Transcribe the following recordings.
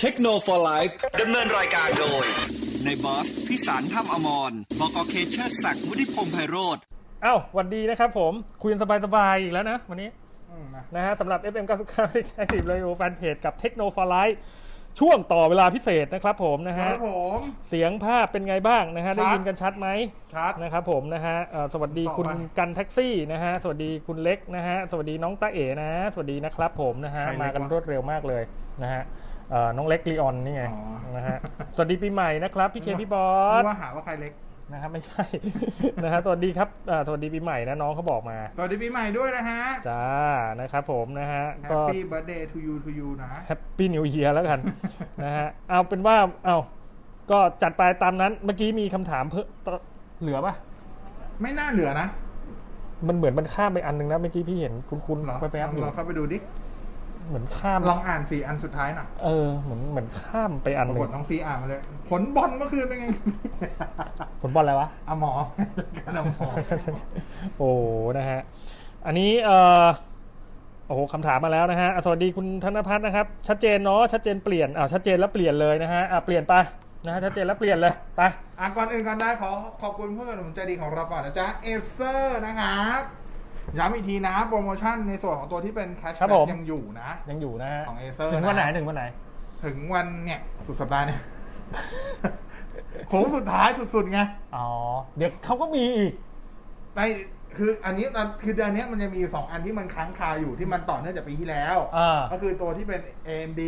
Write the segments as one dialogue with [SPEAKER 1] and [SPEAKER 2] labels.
[SPEAKER 1] เทคโนโลยีไลฟ์
[SPEAKER 2] ดำเนินรายการโดย
[SPEAKER 1] ในบอสพิสารถ้ำอมรบกเคเชอร์ศักดิ์วุฒิพงษ์ไพโรธ
[SPEAKER 3] เอ้าหวันดีนะครับผม คุยกันสบายๆอีกแล้วนะ วันนี้นะฮะสำหรับ FM 99 ที่แอคทีฟเลยโอแฟนเพจกับ Techno for Life ช่วงต่อเวลาพิเศษนะครับผมนะ
[SPEAKER 4] ค
[SPEAKER 3] ฮะ
[SPEAKER 4] รับผม
[SPEAKER 3] เสียงภาพเป็นไงบ้างนะฮะ
[SPEAKER 4] ชัด
[SPEAKER 3] ได้ยินกันชัดไหม
[SPEAKER 4] ชัด
[SPEAKER 3] นะครับผมนะฮะเอ่อสวัสดี
[SPEAKER 4] ต่อไป
[SPEAKER 3] คุณกันแท็กซี่นะฮะสวัสดีคุณเล็กนะฮะสวัสดีน้องตาเอ๋นะสวัสดีนะครับผมนะฮะมากันรวดเร็วมากเลยนะฮะเอ่อน้องเล็กลีออนนี่ไงนะฮะสวัสดีปีใหม่นะครับพี่เคพี่บอส
[SPEAKER 4] ว่าหาว่าใครเล็ก
[SPEAKER 3] นะครับ ไม่ใช่ นะครับสวัสดีครับอ่าสวัสดีปีใหม่นะน้องเขาบอกมา
[SPEAKER 4] สวัสดีปีใหม่ด้วยนะฮะ
[SPEAKER 3] จ้านะครับผมนะฮะ
[SPEAKER 4] แฮป
[SPEAKER 3] ก็
[SPEAKER 4] ปี้เบิร์ดเดย์ทูยูทูยูนะ
[SPEAKER 3] แฮปปี้นิว e ยียแล้วกัน นะฮะเอาเป็นว่าเอาก็จัดไปตามนั้นเมื่อกี้มีคำถามเพิ่มเติมเหลือปะ
[SPEAKER 4] ไม่น่าเหลือนะ
[SPEAKER 3] มันเหมือนมันข้ามไปอันนึงนะเมื่อกี้พี่เห็นคุณคุณ
[SPEAKER 4] เหรอ
[SPEAKER 3] ไปแป๊บๆอยู่
[SPEAKER 4] เราเข้าไปดูดิ
[SPEAKER 3] เหมือนข้าม
[SPEAKER 4] ลองอ่านสี่อันสุดท้ายหน่อย
[SPEAKER 3] เออเหมือนเหมือนข้ามไปอัน
[SPEAKER 4] ปรา
[SPEAKER 3] หนึ่
[SPEAKER 4] กฏ
[SPEAKER 3] ง
[SPEAKER 4] น้องซีอ่านมาเลย ผลบอลเมื่อคืนเป็นไง
[SPEAKER 3] ผลบอลอะไรวะ
[SPEAKER 4] อะหม อกันอะหมอ
[SPEAKER 3] โอ้โหนะฮะ อันนี้เอ่อโอ้โหคำถามมาแล้วนะฮะอ่ะสวัสดีคุณธนพัฒน์นะครับ ชัดเจนเนาะ ชัดเจนเปลี่ยนอ้าวชัดเจนแล้วเปลี่ยนเลยนะฮะ อ่ะ เปลี่ยนไปนะฮะ ชัดเจนแล้วเปลี่ยนเลย ไป
[SPEAKER 4] อ่ะก่อนอื่นก่อนได้ขอขอบคุณผู้สนับสนุนใจดีของเราก่อนนะจ๊ะ เอเซอร์นะครับย้ำอีกทีนะ โปรโมชั่นในส่วนของตัวที่เป็นแคช
[SPEAKER 3] ครับ
[SPEAKER 4] แบ็
[SPEAKER 3] ผ
[SPEAKER 4] ก
[SPEAKER 3] ม
[SPEAKER 4] ยังอยู่นะ
[SPEAKER 3] ยังอยู่นะฮะ
[SPEAKER 4] ของ Acer
[SPEAKER 3] ถึงวันไหน
[SPEAKER 4] นะ
[SPEAKER 3] ถึงวันไหน
[SPEAKER 4] ถึงวันเนี่ยสุดสัปดาห์เนี่ย โค้งสุดท้ายสุดๆไง
[SPEAKER 3] อ๋อ เดี๋ยวเขาก็มีอีก
[SPEAKER 4] ในคืออันนี้มันคือเดือนเนี้ยมันจะมีอยู่สองอันที่มันค้างคาอยู่ที่มันต่อเนื่องจากปีที่แล้ว
[SPEAKER 3] อ่า
[SPEAKER 4] ก็คือตัวที่เป็น AMD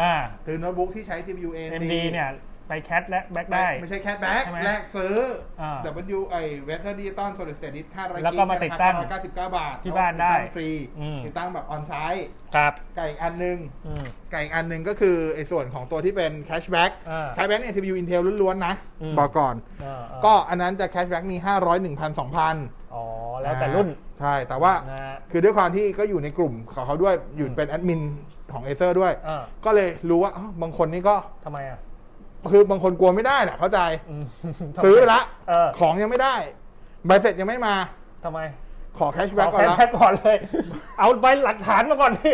[SPEAKER 3] อ่า
[SPEAKER 4] คือโน้ตบุ๊กที่ใช้ CPU AMD
[SPEAKER 3] MD เนี่ย ไปแคทและแบ็ก
[SPEAKER 4] ได้
[SPEAKER 3] ได้
[SPEAKER 4] ไม่ใช่แคทแบ็ก
[SPEAKER 3] ใช่ไหม
[SPEAKER 4] แลกซื้ออา
[SPEAKER 3] า
[SPEAKER 4] W ไอเวทเทอร์ดิจิตอลโซลิดสเตติส500กิก
[SPEAKER 3] แล้วก็มาติดตั้ง
[SPEAKER 4] ราคา999 บาท
[SPEAKER 3] ที่บ้านได้
[SPEAKER 4] ติตั้งฟรี
[SPEAKER 3] อืม
[SPEAKER 4] ติดตั้งแบบออนไซต์
[SPEAKER 3] ครับ
[SPEAKER 4] ไก่อีกอันหนึง
[SPEAKER 3] อืม
[SPEAKER 4] ไก่อีกอันหนึ่งก็คือไอ้ส่วนของตัวที่เป็นแคชแบ็ก
[SPEAKER 3] อ่า
[SPEAKER 4] แคชแบ็กเนี่ย CPU Intel ล้วนๆนะ
[SPEAKER 3] อืม
[SPEAKER 4] บอกก่อน
[SPEAKER 3] อ่าอ่า
[SPEAKER 4] ก็อันนั้นจะแคชแบ็กมี 500 1,000 2,000
[SPEAKER 3] อ๋อ แล้วแต่รุ่น
[SPEAKER 4] ใช่ แต่ว่า
[SPEAKER 3] นะฮะ
[SPEAKER 4] คือด้วยความที่ก็อยู่ในกลุ่มของเขาด้วย อยู่เป็นแอดมินของ a อเซอร์ด้วย
[SPEAKER 3] อ่า
[SPEAKER 4] ก็เลยรู้ว่าอ้าวบางคนนี่ก็
[SPEAKER 3] ทำไมอ่ะ
[SPEAKER 4] คือบางคนกลัวไม่ได้แหละเข้าใจ
[SPEAKER 3] อืม
[SPEAKER 4] ซื้อไปละ
[SPEAKER 3] เออ
[SPEAKER 4] ของยังไม่ได้ ใบเสร็จยังไม่มา
[SPEAKER 3] ทำไม
[SPEAKER 4] ขอแคช
[SPEAKER 3] ข
[SPEAKER 4] แบ็ก
[SPEAKER 3] อ
[SPEAKER 4] ก่อนละ
[SPEAKER 3] แค่ก่อนเลย เอาใบหลักฐานมา ก่อนดิ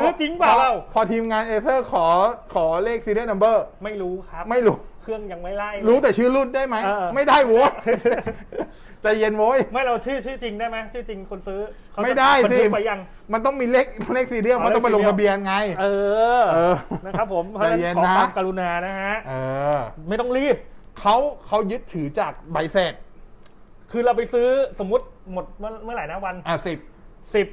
[SPEAKER 3] ซื้อจริงเปล่า
[SPEAKER 4] พอ
[SPEAKER 3] เรา
[SPEAKER 4] พอทีมงานเอเซอร์ขอขอเลขซีเรียลนัมเบอร์
[SPEAKER 3] ไม่รู้ครับ
[SPEAKER 4] ไม่รู้
[SPEAKER 3] เครื่องยังไม่ไล่
[SPEAKER 4] รู้แต่ชื่อรุ่นได้ไหม
[SPEAKER 3] เออ
[SPEAKER 4] ไม่ได้โว้ย ใจเย็นโว้ย
[SPEAKER 3] ไม่เราชื่อชื่อจริงได้ไหมชื่อจริงคนซื้อเขาจะ
[SPEAKER 4] ไม่ได้
[SPEAKER 3] บัน
[SPEAKER 4] สิ
[SPEAKER 3] ทึกไปยัง
[SPEAKER 4] มันต้องมีเลขเลขซีเรียล
[SPEAKER 3] อ๋อ
[SPEAKER 4] มันต้องไป
[SPEAKER 3] เลข
[SPEAKER 4] ล
[SPEAKER 3] ซี
[SPEAKER 4] ง
[SPEAKER 3] เรียล
[SPEAKER 4] ทะเบียนไง
[SPEAKER 3] เออ
[SPEAKER 4] เออ
[SPEAKER 3] นะครับผมเพราะ
[SPEAKER 4] ใจ
[SPEAKER 3] ฉะนั้น
[SPEAKER 4] เย็น
[SPEAKER 3] ขอ
[SPEAKER 4] นะ
[SPEAKER 3] ความกรุณานะฮะ
[SPEAKER 4] เออ
[SPEAKER 3] ไม่ต้องรีบ
[SPEAKER 4] เขาเขายึดถือจากใบเสร็จ
[SPEAKER 3] คือเราไปซื้อสมมติหมดเมื่อเมื่อไหร่นะวัน
[SPEAKER 4] อ่ะสิบ
[SPEAKER 3] สิบ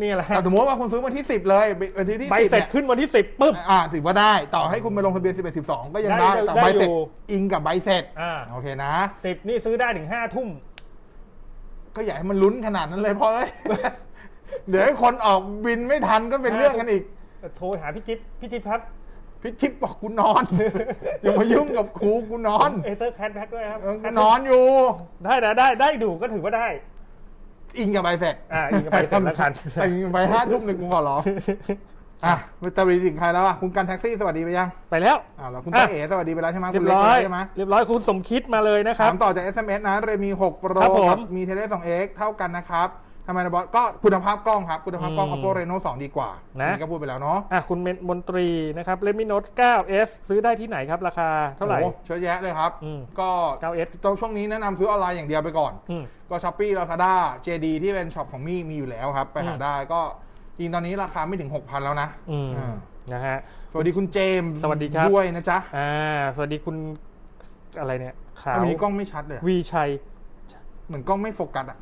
[SPEAKER 3] นี่ยแหละ
[SPEAKER 4] สมมติว่าคุณซื้อวันที่สิบเลยวันที่ที่
[SPEAKER 3] ใบเสร็จ
[SPEAKER 4] 10
[SPEAKER 3] ขึ้นวันที่สิบปุ๊บ
[SPEAKER 4] นี่ยอ่ะถือว่าได้ ต่อให้คุณไปลงทะเบียนสิบเอ็ดสิบสองก็ยัง
[SPEAKER 3] ได้
[SPEAKER 4] ได้แต่
[SPEAKER 3] ได้
[SPEAKER 4] ใบเสร็จ
[SPEAKER 3] อยู่
[SPEAKER 4] อิงกับใบเสร็จ
[SPEAKER 3] อ่า
[SPEAKER 4] โอเคนะ
[SPEAKER 3] สิบนี่ซื้อได้ถึงห้าทุ่ม
[SPEAKER 4] ก็อยากให้มันลุ้นขนาดนั้นเลยพอเอ้ย เดี๋ยวให้คนออกบินไม่ทันก็เป็นเรื่องกันอีก
[SPEAKER 3] โทรหาพี่จิ๊บพี่จิ๊บครับ
[SPEAKER 4] พิชิตบอกกูนอน อย่ามายุ่งกับกูกูนอน
[SPEAKER 3] เอเซอร์แคทแพ็กด้วยครับ
[SPEAKER 4] เออกูนอนอยู่
[SPEAKER 3] ได้นะได้ได้ดูก็ถือว่าได้
[SPEAKER 4] อิงกับใบเสร็จ
[SPEAKER 3] อ่ะอิงกับใบเสร็จแล้วกัน
[SPEAKER 4] อิงกับใบห้าทุ่มหนึ่งกูขอร้องอ่ะไปตะรีถึงใครแล้วอ่ะคุณกันแท็กซี่สวัสดีไปยัง
[SPEAKER 3] ไปแล้ว
[SPEAKER 4] อ้าวแล้วคุณต้าเอ๋สวัสดีไปแล้วใช่ไหม
[SPEAKER 3] เรีย
[SPEAKER 4] คุณ
[SPEAKER 3] บ
[SPEAKER 4] เล็ก
[SPEAKER 3] ร้อย
[SPEAKER 4] ใช่ไหม
[SPEAKER 3] เรียบร้อยคุณสมคิดมาเลยนะครับ
[SPEAKER 4] ถามต่อจาก SMS นะเรมี6 Pro
[SPEAKER 3] ครับผม
[SPEAKER 4] กัมีเทเล2 x เท่ากันนะครับทำไมนะบอสก็คุณภาพกล้องครับ คุณภาพกล้อง
[SPEAKER 3] อืม
[SPEAKER 4] Oppo Reno 2 ดีกว่า
[SPEAKER 3] นะ
[SPEAKER 4] อัก็พูดไปแล้วเนาะ
[SPEAKER 3] อ่ะคุณเมนมนตรีนะครับเลมิโนต 9S ซื้อได้ที่ไหนครับ ราคาเท่าไหร่
[SPEAKER 4] โอ้โเยอะแยะเลยครับ
[SPEAKER 3] อืม
[SPEAKER 4] ก็
[SPEAKER 3] เก้า S
[SPEAKER 4] ตรงช่วงนี้แนะนำซื้อออนไลน์อย่างเดียวไปก่อน
[SPEAKER 3] อืม
[SPEAKER 4] ก็ช้อปปี้ลาซาด้าเจดีที่เป็นช็อปของมี่มีอยู่แล้วครับ ไปหา
[SPEAKER 3] อืม
[SPEAKER 4] ได้ก็จริงตอนนี้ราคาไม่ถึง 6,000 แล้วนะ
[SPEAKER 3] อืม
[SPEAKER 4] อ่า
[SPEAKER 3] นะฮะ
[SPEAKER 4] สวัสดีคุณเจมส์
[SPEAKER 3] สวัสดีครับ
[SPEAKER 4] ด้วยนะจ๊ะ
[SPEAKER 3] อ่า สวัสดีคุณอะไรเนี่ยขาว
[SPEAKER 4] วันนี้กล้องไม่ชัดเลยอะ
[SPEAKER 3] วีชัย
[SPEAKER 4] เหมือนกล้องไม่โฟกัสอ่ะ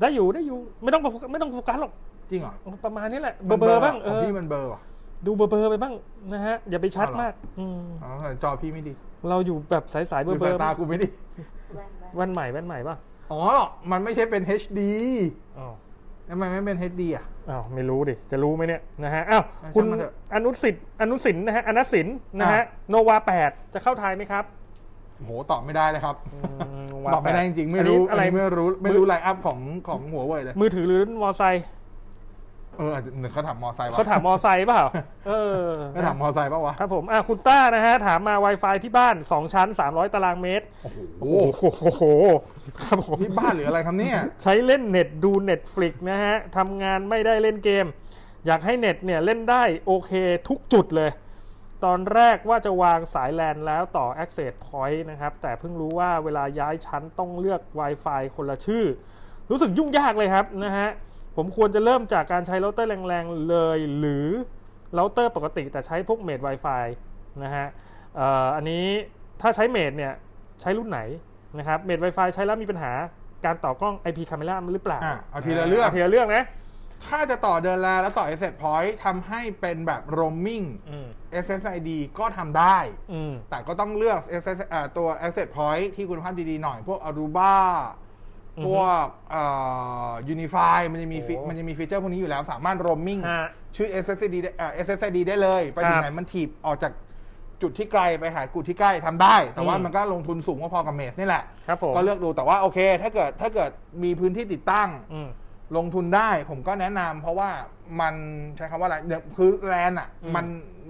[SPEAKER 3] ได้อยู่ได้อยู่ ไม่ต้องไปโฟกัสไม่ต้องโฟกัสหรอก
[SPEAKER 4] จริงเหรอ
[SPEAKER 3] ประมาณนี้แหละ เบอร์เบอร์บ้าง
[SPEAKER 4] ข
[SPEAKER 3] เอ
[SPEAKER 4] อง
[SPEAKER 3] อ
[SPEAKER 4] พี่มันเบลอร์ว่ะ
[SPEAKER 3] ดูเบอร์เบอร์ไปบ้างนะฮะ อย่าไปชัด
[SPEAKER 4] เอาเหรอ
[SPEAKER 3] มากอืม
[SPEAKER 4] อ๋อจอพี่ไม่ดี
[SPEAKER 3] เราอยู่แบบสายสายๆเบ
[SPEAKER 4] ดู
[SPEAKER 3] อร์เบอ
[SPEAKER 4] สาย
[SPEAKER 3] ร์
[SPEAKER 4] ตากูไม่ดี
[SPEAKER 3] วันใหม่วันใหม่ป่ะ
[SPEAKER 4] อ๋อ มันไม่ใช่เป็น HD
[SPEAKER 3] อ้าว
[SPEAKER 4] ทำไมไม่เป็น HD อ่ะ
[SPEAKER 3] อ้าวไม่รู้ดิ จะรู้ไหมเนี่ยนะฮะอ้าว
[SPEAKER 4] อ่ะ
[SPEAKER 3] คุณ
[SPEAKER 4] ช่างมันเถอะ
[SPEAKER 3] อนุสิทธิ์อนุสินนะฮะอนุสินนะฮะ
[SPEAKER 4] อ่ะ
[SPEAKER 3] โนวาแปดจะเข้าไทยไหมครับ
[SPEAKER 4] โหตอบไม่ได้เลยครับ
[SPEAKER 3] อืมวาง
[SPEAKER 4] ตอบไม่ได้จ
[SPEAKER 3] แผน
[SPEAKER 4] ริงๆไม่รู้
[SPEAKER 3] อันนี้อะไร
[SPEAKER 4] นนี้ไม่รู้ไม่รู้ไลน์อัพของของหัวเว่ยเลย
[SPEAKER 3] มือถือหรือมอไซค์
[SPEAKER 4] เอออาจจะหนึ่งเขาถามมอไซค์วะ
[SPEAKER 3] เขาถามมอไซค์เปล่า เออ
[SPEAKER 4] เขาถามมอไซค์ปะวะ
[SPEAKER 3] ครับผมอ่ะคุณต้านะฮะ ถามมา Wi-Fi ที่บ้าน 2 ชั้น 300 ตารางเมตร
[SPEAKER 4] โอ้โห
[SPEAKER 3] โอ้โหโอ้โหครับผม
[SPEAKER 4] นี่บ้านหรืออะไรครับเนี่ย
[SPEAKER 3] ใช้เล่นเน็ตดู Netflix นะฮะทำงานไม่ได้เล่นเกม อยากให้เน็ตเนี่ยเล่นได้โอเคทุกจุดเลย ตอนแรกว่าจะวางสาย LAN แล้วต่อ Access Point นะครับ แต่เพิ่งรู้ว่าเวลาย้ายชั้นต้องเลือก Wi-Fi คนละชื่อ รู้สึกยุ่งยากเลยครับนะฮะ ผมควรจะเริ่มจากการใช้เราเตอร์แรงๆเลย หรือเราเตอร์ปกติแต่ใช้พวกเมด Wi-Fi นะฮะเอ่ออันนี้ถ้าใช้เมดเนี่ยใช้รุ่นไหนนะครับ เมด Wi-Fi ใช้แล้วมีปัญหาการต่อกล้อง IP camera มันหรือเปล่า
[SPEAKER 4] อ่ะเอาทีละเรื่อง
[SPEAKER 3] าทีละเรื่องนะ
[SPEAKER 4] ถ้าจะต่อเดินแลแล้วต่อ Asset Point ทำให้เป็นแบบ roaming
[SPEAKER 3] อืม
[SPEAKER 4] SSID ก็ทำได้
[SPEAKER 3] อืม
[SPEAKER 4] แต่ก็ต้องเลือก SS เอ่อตัว Asset Point ที่คุณภาพดีๆหน่อย พวก Aruba
[SPEAKER 3] อือฮึ
[SPEAKER 4] พวกเอ่อ Unify มันจะมีฟี
[SPEAKER 3] โอ้
[SPEAKER 4] มันจะมีฟีเจอร์พวกนี้อยู่แล้วสามารถ roaming
[SPEAKER 3] ฮะ
[SPEAKER 4] ชื่อ SSID ได้เอ่อ SSID ได้เลย ไปถึ
[SPEAKER 3] ครั
[SPEAKER 4] ง
[SPEAKER 3] บ
[SPEAKER 4] ไหนมันถีบออกจากจุดที่ไกลไปหาจุดที่ใกล้ทำได้ แต่ว่า
[SPEAKER 3] อืม
[SPEAKER 4] มันก็ลงทุนสูงก็พอกับเมสนี่แหละ
[SPEAKER 3] ครับผม
[SPEAKER 4] ก็เลือกดูแต่ว่าโอเค ถ้าเกิดถ้าเกิดมีพื้นที่ติดตั้ง
[SPEAKER 3] อืม
[SPEAKER 4] ลงทุนได้ผมก็แนะนำเพราะว่ามันใช้คำว่าอะไรเดี๋ยวคือแลนอ่ะ
[SPEAKER 3] อืม
[SPEAKER 4] มัน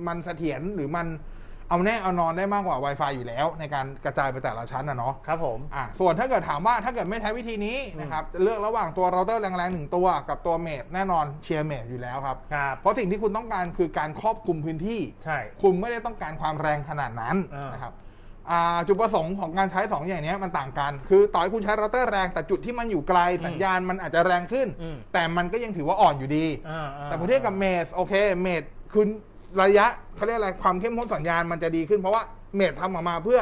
[SPEAKER 4] มันเสถียรหรือมันเอาแน่เอานอนได้มากกว่า Wi-Fi อยู่แล้ว ในการกระจายไปแต่ละชั้นนะเนาะ
[SPEAKER 3] ครับผม
[SPEAKER 4] อ่ะส่วนถ้าเกิดถามว่าถ้าเกิดไม่ใช้วิธีนี้นะครับเลือกระหว่างตัวเราเตอร์แรงๆหนึ่งตัวกับตัวเมดแน่นอนเชียร์เมดอยู่แล้วครับ
[SPEAKER 3] ครับ
[SPEAKER 4] เพราะสิ่งที่คุณต้องการคือการครอบคลุมพื้นที่
[SPEAKER 3] ใช่
[SPEAKER 4] คุณไม่ได้ต้องการความแรงขนาดนั้น
[SPEAKER 3] อ่าน
[SPEAKER 4] นะครับอ่าจุดประสงค์ของการใช้สองอย่างเนี้ยมันต่างกัน คือต่อให้คุณใช้เราเตอร์แรงแต่จุดที่มันอยู่ไกลสัญญาณมันอาจจะแรงขึ้น
[SPEAKER 3] อืม
[SPEAKER 4] แต่มันก็ยังถือว่าอ่อนอยู่ดี
[SPEAKER 3] อ่าๆ
[SPEAKER 4] แต่พอเทียบกับเมสโอเคเมสคุณระยะเขาเรียกอะไรความเข้มข้นสัญญาณมันจะดีขึ้น เพราะว่าเมสทำออกมาเพื่อ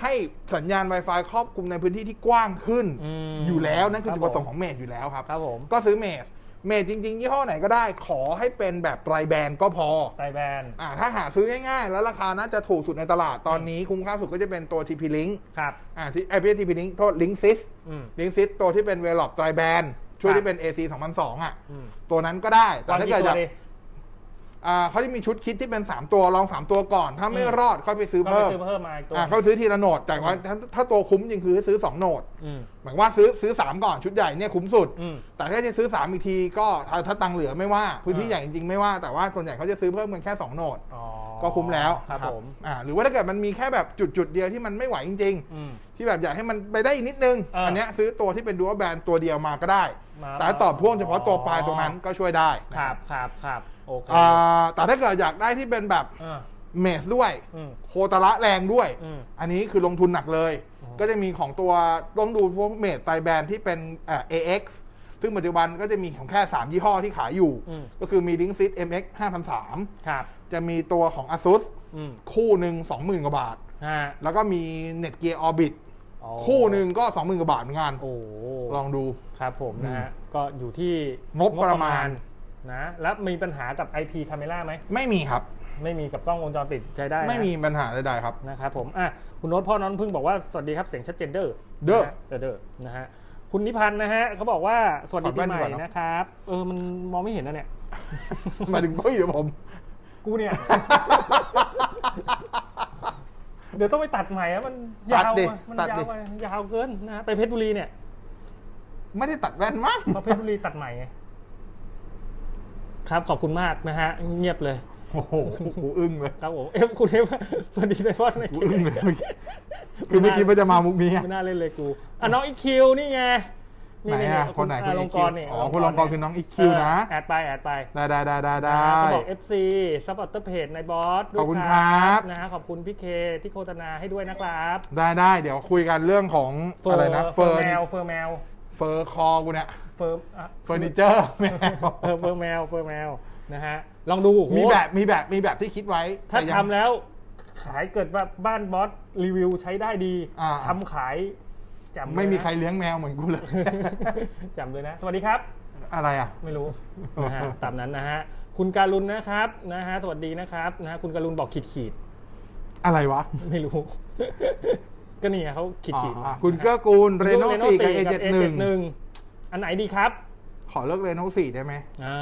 [SPEAKER 4] ให้สัญญาณ Wi-Fi ครอบคลุมในพื้นที่ที่กว้างขึ้น
[SPEAKER 3] อืม
[SPEAKER 4] ยู่แล้วนั่นคือ
[SPEAKER 3] ครับ
[SPEAKER 4] จุดประสงค์
[SPEAKER 3] ผ
[SPEAKER 4] ข
[SPEAKER 3] ม
[SPEAKER 4] องเมสอยู่แล้วครับ
[SPEAKER 3] ครับผม
[SPEAKER 4] ก็ซื้อเมสเมสจริงๆยี่ห้อไหนก็ได้ ขอให้เป็นแบบไตรแบรนด์ก็พอ
[SPEAKER 3] ไตรแบน
[SPEAKER 4] อ่าถ้าหาซื้อง่ายๆ แล้วราคาน่าจะถูกสุดในตลาดตอนนี้คุ้มค่าสุดก็จะเป็นตัว TP Link
[SPEAKER 3] ครับ
[SPEAKER 4] อ่าที่ไอพีทีพีลิงโทษลิงซิส
[SPEAKER 3] อืม
[SPEAKER 4] ลิงซิสตัวที่เป็นเวล o อ t ไตรแบนช่วย
[SPEAKER 3] ครับ
[SPEAKER 4] ที่เป็น AC 2002 อ่ะ
[SPEAKER 3] อืม
[SPEAKER 4] ตัวนั้นก็ได้ แต่
[SPEAKER 3] วาง
[SPEAKER 4] ถ้า
[SPEAKER 3] กี่
[SPEAKER 4] เกิด
[SPEAKER 3] ตัว
[SPEAKER 4] จะ
[SPEAKER 3] ดี
[SPEAKER 4] อ่าเขาจะมีชุดคิดที่เป็น 3 ตัวลอง 3 ตัวก่อน ถ้าไม่
[SPEAKER 3] อืม
[SPEAKER 4] รอดค่อยไปซื้อ
[SPEAKER 3] ก็ไป
[SPEAKER 4] เพิ่ม
[SPEAKER 3] ซื้อเพิ่มมาอีกตัว
[SPEAKER 4] อ่าเขาซื้อทีละโหนด แต่ว่าถ้าถ้าตัวคุ้มจริงคือให้ซื้อ 2 โหนด
[SPEAKER 3] อืม
[SPEAKER 4] หมายว่าซื้อซื้อ 3 ก่อนชุดใหญ่เนี่ยคุ้มสุด
[SPEAKER 3] อืม
[SPEAKER 4] แต่ถ้าจะซื้อ 3 อีกทีก็ถ้าถ้าตังค์เหลือไม่ว่าพื้นที่
[SPEAKER 3] อ่า
[SPEAKER 4] ใหญ่จริงๆไม่ว่าแต่ว่าส่วนใหญ่เขาจะซื้อเพิ่มกันแค่สองโหนด
[SPEAKER 3] อ๋อ
[SPEAKER 4] ก็คุ้มแล้ว
[SPEAKER 3] ครับผม
[SPEAKER 4] อ่าหรือว่าถ้าเกิดมันมีแค่แบบจุดจุดๆเดียวที่มันไม่ไหวจริง
[SPEAKER 3] อืม
[SPEAKER 4] ๆ ที่แบบอยากให้มันไปได้อีกนิดนึง
[SPEAKER 3] อ่า
[SPEAKER 4] นเนี้ยซื้อตัวที่เป็นดูว่าแบรนด์ตัวเดียวมาก็ได้
[SPEAKER 3] มา
[SPEAKER 4] แต่ถ้าตอบพ่วงเฉพาะตัวปลายตรงนั้นก็ช่วยได้นะครับ
[SPEAKER 3] ครับครับโอเค
[SPEAKER 4] อ่าแต่ถ้าเกิดอยากได้ที่เป็นแบบ
[SPEAKER 3] อ่า
[SPEAKER 4] เมสด้วย
[SPEAKER 3] อืม
[SPEAKER 4] โคตระแรงด้วย
[SPEAKER 3] อืม
[SPEAKER 4] อันนี้คือลงทุนหนักเลย
[SPEAKER 3] อืม
[SPEAKER 4] ก็จะมีของตัวต้องดูพวกเมดไตรแบรนด์ที่เป็นเอ่อ AX ซึ่งปัจจุบันก็จะมีของแค่ 3 ยี่ห้อที่ขายอยู่
[SPEAKER 3] อืม
[SPEAKER 4] ก็คือมี l i n k s i t MX 5,003
[SPEAKER 3] ครับ
[SPEAKER 4] จะมีตัวของ ASUS
[SPEAKER 3] อืม
[SPEAKER 4] คู่หนึ่ง20,000กว่าบาท
[SPEAKER 3] ฮะ
[SPEAKER 4] แล้วก็มี Netgear Orbit
[SPEAKER 3] อ๋อ
[SPEAKER 4] คู่หนึ่งก็ 20,000กว่าบาทเหมือนกัน
[SPEAKER 3] โอ้
[SPEAKER 4] ลองดู
[SPEAKER 3] ครับผมนะฮะก็อยู่ที่
[SPEAKER 4] งบประมาณ
[SPEAKER 3] นะ แล้วมีปัญหากับ IP camera ไหม
[SPEAKER 4] ไม่มีครับ
[SPEAKER 3] ไม่มีกับกล้องวงจรปิดใช้ได้นะ
[SPEAKER 4] ไม่มีปัญหาใดๆครับ
[SPEAKER 3] นะครับผมอ่ะคุณโน้ตพ่อน้องพึ่งบอกว่าสวัสดีครับเสียงชัดเจนเดอร์
[SPEAKER 4] เด้อ
[SPEAKER 3] นะฮะเด้อเด้อนะฮะคุณนิพันธ์นะฮะเขาบอกว่าสวัสดี
[SPEAKER 4] ถอด
[SPEAKER 3] ปี
[SPEAKER 4] แว่น
[SPEAKER 3] ให
[SPEAKER 4] ดีก
[SPEAKER 3] ม่
[SPEAKER 4] ว่าเนอะ
[SPEAKER 3] นะครับเออมันมองไม่เห็นนะเนี่ย
[SPEAKER 4] หมายถึงพี่เดี๋ยวผม
[SPEAKER 3] กูเนี่ย เดี๋ยวต้องไปตัดใหม่อะมันยา
[SPEAKER 4] ตั
[SPEAKER 3] ว
[SPEAKER 4] ดดิ
[SPEAKER 3] อะมัน
[SPEAKER 4] ตัด
[SPEAKER 3] ยา
[SPEAKER 4] ดิ
[SPEAKER 3] วไปยาวเกินนะฮะไปเพชรบุรีเนี่ย
[SPEAKER 4] ไม่ได้ตัดแว่นมั้ง
[SPEAKER 3] มาเพชรบุรีตัดใหม่ไงครับขอบคุณมากนะฮะ เงียบเลย
[SPEAKER 4] โอ้โหกูอึ้งเลย
[SPEAKER 3] ครับผมเอฟคุณเอฟสวัสดีในพอดใน
[SPEAKER 4] กูอึ้งเลยเมื่อกี้ คือไม่คิดว่าจะมามุกนี้อะ
[SPEAKER 3] ไม่น่าเล่นเลยกูอ่ะน้องอีคิวนี่ไง
[SPEAKER 4] ไหนอะ
[SPEAKER 3] ๆ
[SPEAKER 4] คนไหน
[SPEAKER 3] ณลงกร
[SPEAKER 4] คน EQ
[SPEAKER 3] เนี่ย
[SPEAKER 4] อ๋อคนลงกรคือน้อง EQ นะ
[SPEAKER 3] แอดไปแอดไป
[SPEAKER 4] ได้ได้ได้ได้ได้
[SPEAKER 3] เขาบอก FC ซัพพอร์ตเตอร์เพจในบอสด้วย
[SPEAKER 4] ขอบคุณครับ
[SPEAKER 3] นะฮะขอบคุณพี่เคที่โฆษณาให้ด้วยนะครับ
[SPEAKER 4] ได้ได้เดี๋ยวคุยกันเรื่องของ
[SPEAKER 3] เฟอ
[SPEAKER 4] อะไร
[SPEAKER 3] ร์
[SPEAKER 4] นะ
[SPEAKER 3] เฟ
[SPEAKER 4] เฟ
[SPEAKER 3] อ
[SPEAKER 4] อ
[SPEAKER 3] ร์
[SPEAKER 4] ร์
[SPEAKER 3] แมวเฟอร์แมว
[SPEAKER 4] เฟอร์คอกูเนี่ย
[SPEAKER 3] เฟอร์อ่ะ
[SPEAKER 4] เฟอร์นิเจอร์แมว
[SPEAKER 3] เออเฟอร์แมวเฟอร์แมวนะฮะลองดูโห
[SPEAKER 4] มีแบบมีแบบมีแบบที่คิดไว้
[SPEAKER 3] ถ้า
[SPEAKER 4] แต่ยัง
[SPEAKER 3] ทำแล้ว ขายเกิดแบบบ้านบอสรีวิวใช้ได้ดี
[SPEAKER 4] อ่า
[SPEAKER 3] ทำขายจำเลยนะ
[SPEAKER 4] ไม่มีใครเลี้ยงแมวเหมือนกูเลย
[SPEAKER 3] จำเลยนะ สวัสดีครับ
[SPEAKER 4] อะไรอ่ะ
[SPEAKER 3] ไม่รู้ นะฮะ ตามนั้นนะฮะ คุณการุณนะครับนะฮะ สวัสดีนะครับนะฮะคุณการุณบอกขีดขีด
[SPEAKER 4] อะไรวะ
[SPEAKER 3] ๆไม่รู้ ก็นี่ไงเขาขีดขีด
[SPEAKER 4] อ่ะคุณเกื้อกูลเรโนสี่กับเอเจ็ดหนึ่ง
[SPEAKER 3] หนึ่งอันไหนดีครับ
[SPEAKER 4] ขอเลิกเรโนสี่ได้ไหม
[SPEAKER 3] อ่า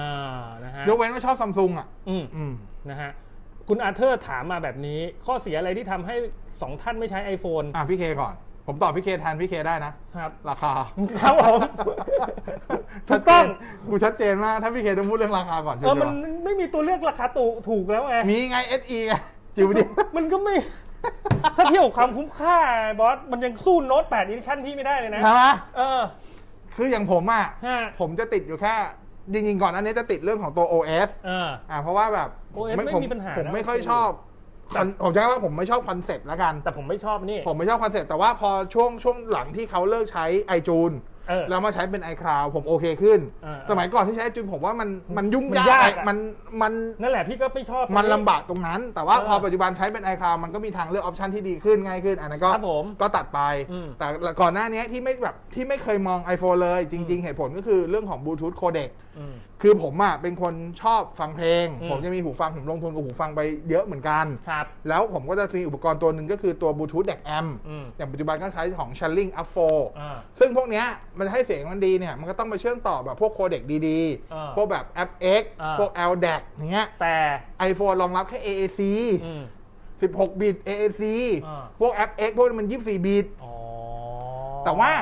[SPEAKER 3] นะฮะ
[SPEAKER 4] ยกเว้นว่าชอบซัมซุงอ่ะ
[SPEAKER 3] อืม
[SPEAKER 4] อืม
[SPEAKER 3] นะฮะ คุณอาเธอร์ถามมาแบบนี้ ข้อเสียอะไรที่ทำให้สองท่านไม่ใช้ iPhone
[SPEAKER 4] อ่ะพี่เคก่อน ผมตอบพี่เคแทนพี่เคได้นะ
[SPEAKER 3] ครับ
[SPEAKER 4] รา คา
[SPEAKER 3] ครับผม ถู
[SPEAKER 4] ชั
[SPEAKER 3] ก
[SPEAKER 4] ด
[SPEAKER 3] ต้อง
[SPEAKER 4] เจนกูชัดเจนมาก ถ้าพี่เคจะพูดเรื่องราคาก่อน
[SPEAKER 3] เออ มัน
[SPEAKER 4] ชัวร์
[SPEAKER 3] ไม่มีตัวเลือกราคาถูกถูกแล้วไง
[SPEAKER 4] ๆมีไง SE ไงจิ๋วดิ
[SPEAKER 3] มันก็ไม่ ถ้าเทียบกับความคุ้มค่าบอส มันยังสู้โน้ต8 Edition พี่ไม่ได้เลยนะ
[SPEAKER 4] ใช่ไหม
[SPEAKER 3] เออ
[SPEAKER 4] คืออย่างผมอ่ะ
[SPEAKER 3] ฮะ
[SPEAKER 4] ผมจะติดอยู่แค่ จริงๆก่อนอันนี้จะติดเรื่องของตัว OS
[SPEAKER 3] อ่า
[SPEAKER 4] อ่าเพราะว่าแบบ
[SPEAKER 3] OS ไม่
[SPEAKER 4] ผ
[SPEAKER 3] มีปัญหา
[SPEAKER 4] ผม
[SPEAKER 3] นะ
[SPEAKER 4] ไม่ค่อยชอบคอนผมใช้คำว่าผมไม่ชอบคอนเซปต์ละกัน
[SPEAKER 3] แต่ผมไม่ชอบนี่
[SPEAKER 4] ผมไม่ชอบคอนเซปต์แต่ว่าพอช่วงช่วงหลังที่เขาเลิกใช้ iTunes
[SPEAKER 3] เออ
[SPEAKER 4] แล้วมาใช้เป็น iCloud ผมโอเคขึ้น
[SPEAKER 3] อ่า
[SPEAKER 4] สมัยก่อนที่ใช้ iTunes ผมว่ามันมันยุ่ง
[SPEAKER 3] มั
[SPEAKER 4] ยาย
[SPEAKER 3] นาก
[SPEAKER 4] ก
[SPEAKER 3] อะ
[SPEAKER 4] มันมัน
[SPEAKER 3] นั่นแหละพี่ก็ไม่ชอบ
[SPEAKER 4] มันลำบากตรงนั้น แต่ว่า
[SPEAKER 3] เออ
[SPEAKER 4] พอปัจจุบันใช้เป็น iCloud มันก็มีทางเลือกออปชันที่ดีขึ้นง่ายขึ้น อันนั้นก็
[SPEAKER 3] ครับผม
[SPEAKER 4] ก็ตัดไป
[SPEAKER 3] อืม
[SPEAKER 4] แต่ก่อนหน้านี้ที่ไม่แบบที่ไม่เคยมอง iPhone เลย จริง ๆ เหตุผลก็คือเรื่องของบลูทูธโคเด็กคือผมอ่ะเป็นคนชอบฟังเพลง
[SPEAKER 3] อืม
[SPEAKER 4] ผมจะมีหูฟัง ผมลงทุนกับหูฟังไปเยอะเหมือนกัน
[SPEAKER 3] ครับ
[SPEAKER 4] แล้วผมก็จะมีอุปกรณ์ตัวหนึ่งก็คือตัวบลูทูธแดกแอม
[SPEAKER 3] อืม
[SPEAKER 4] อย่างปัจจุบันก็ใช้ของ s h e l l i n g Up 4
[SPEAKER 3] อ่า
[SPEAKER 4] ซึ่งพวกเนี้ยมันจะให้เสียงมันดีเนี่ยมันก็ต้องไปเชื่อมต่อแบบพวกโคเด็กดี
[SPEAKER 3] อ่า
[SPEAKER 4] ๆ พวกแบบ FX
[SPEAKER 3] อ่า
[SPEAKER 4] พวก LDAC เนี้ย
[SPEAKER 3] แต่
[SPEAKER 4] iPhone รองรับแค่ AAC
[SPEAKER 3] อืม
[SPEAKER 4] 16 บิต AAC
[SPEAKER 3] อ่า
[SPEAKER 4] พวก App X พวกนี้มัน 24 บิต
[SPEAKER 3] อ๋อ
[SPEAKER 4] แต่ว่า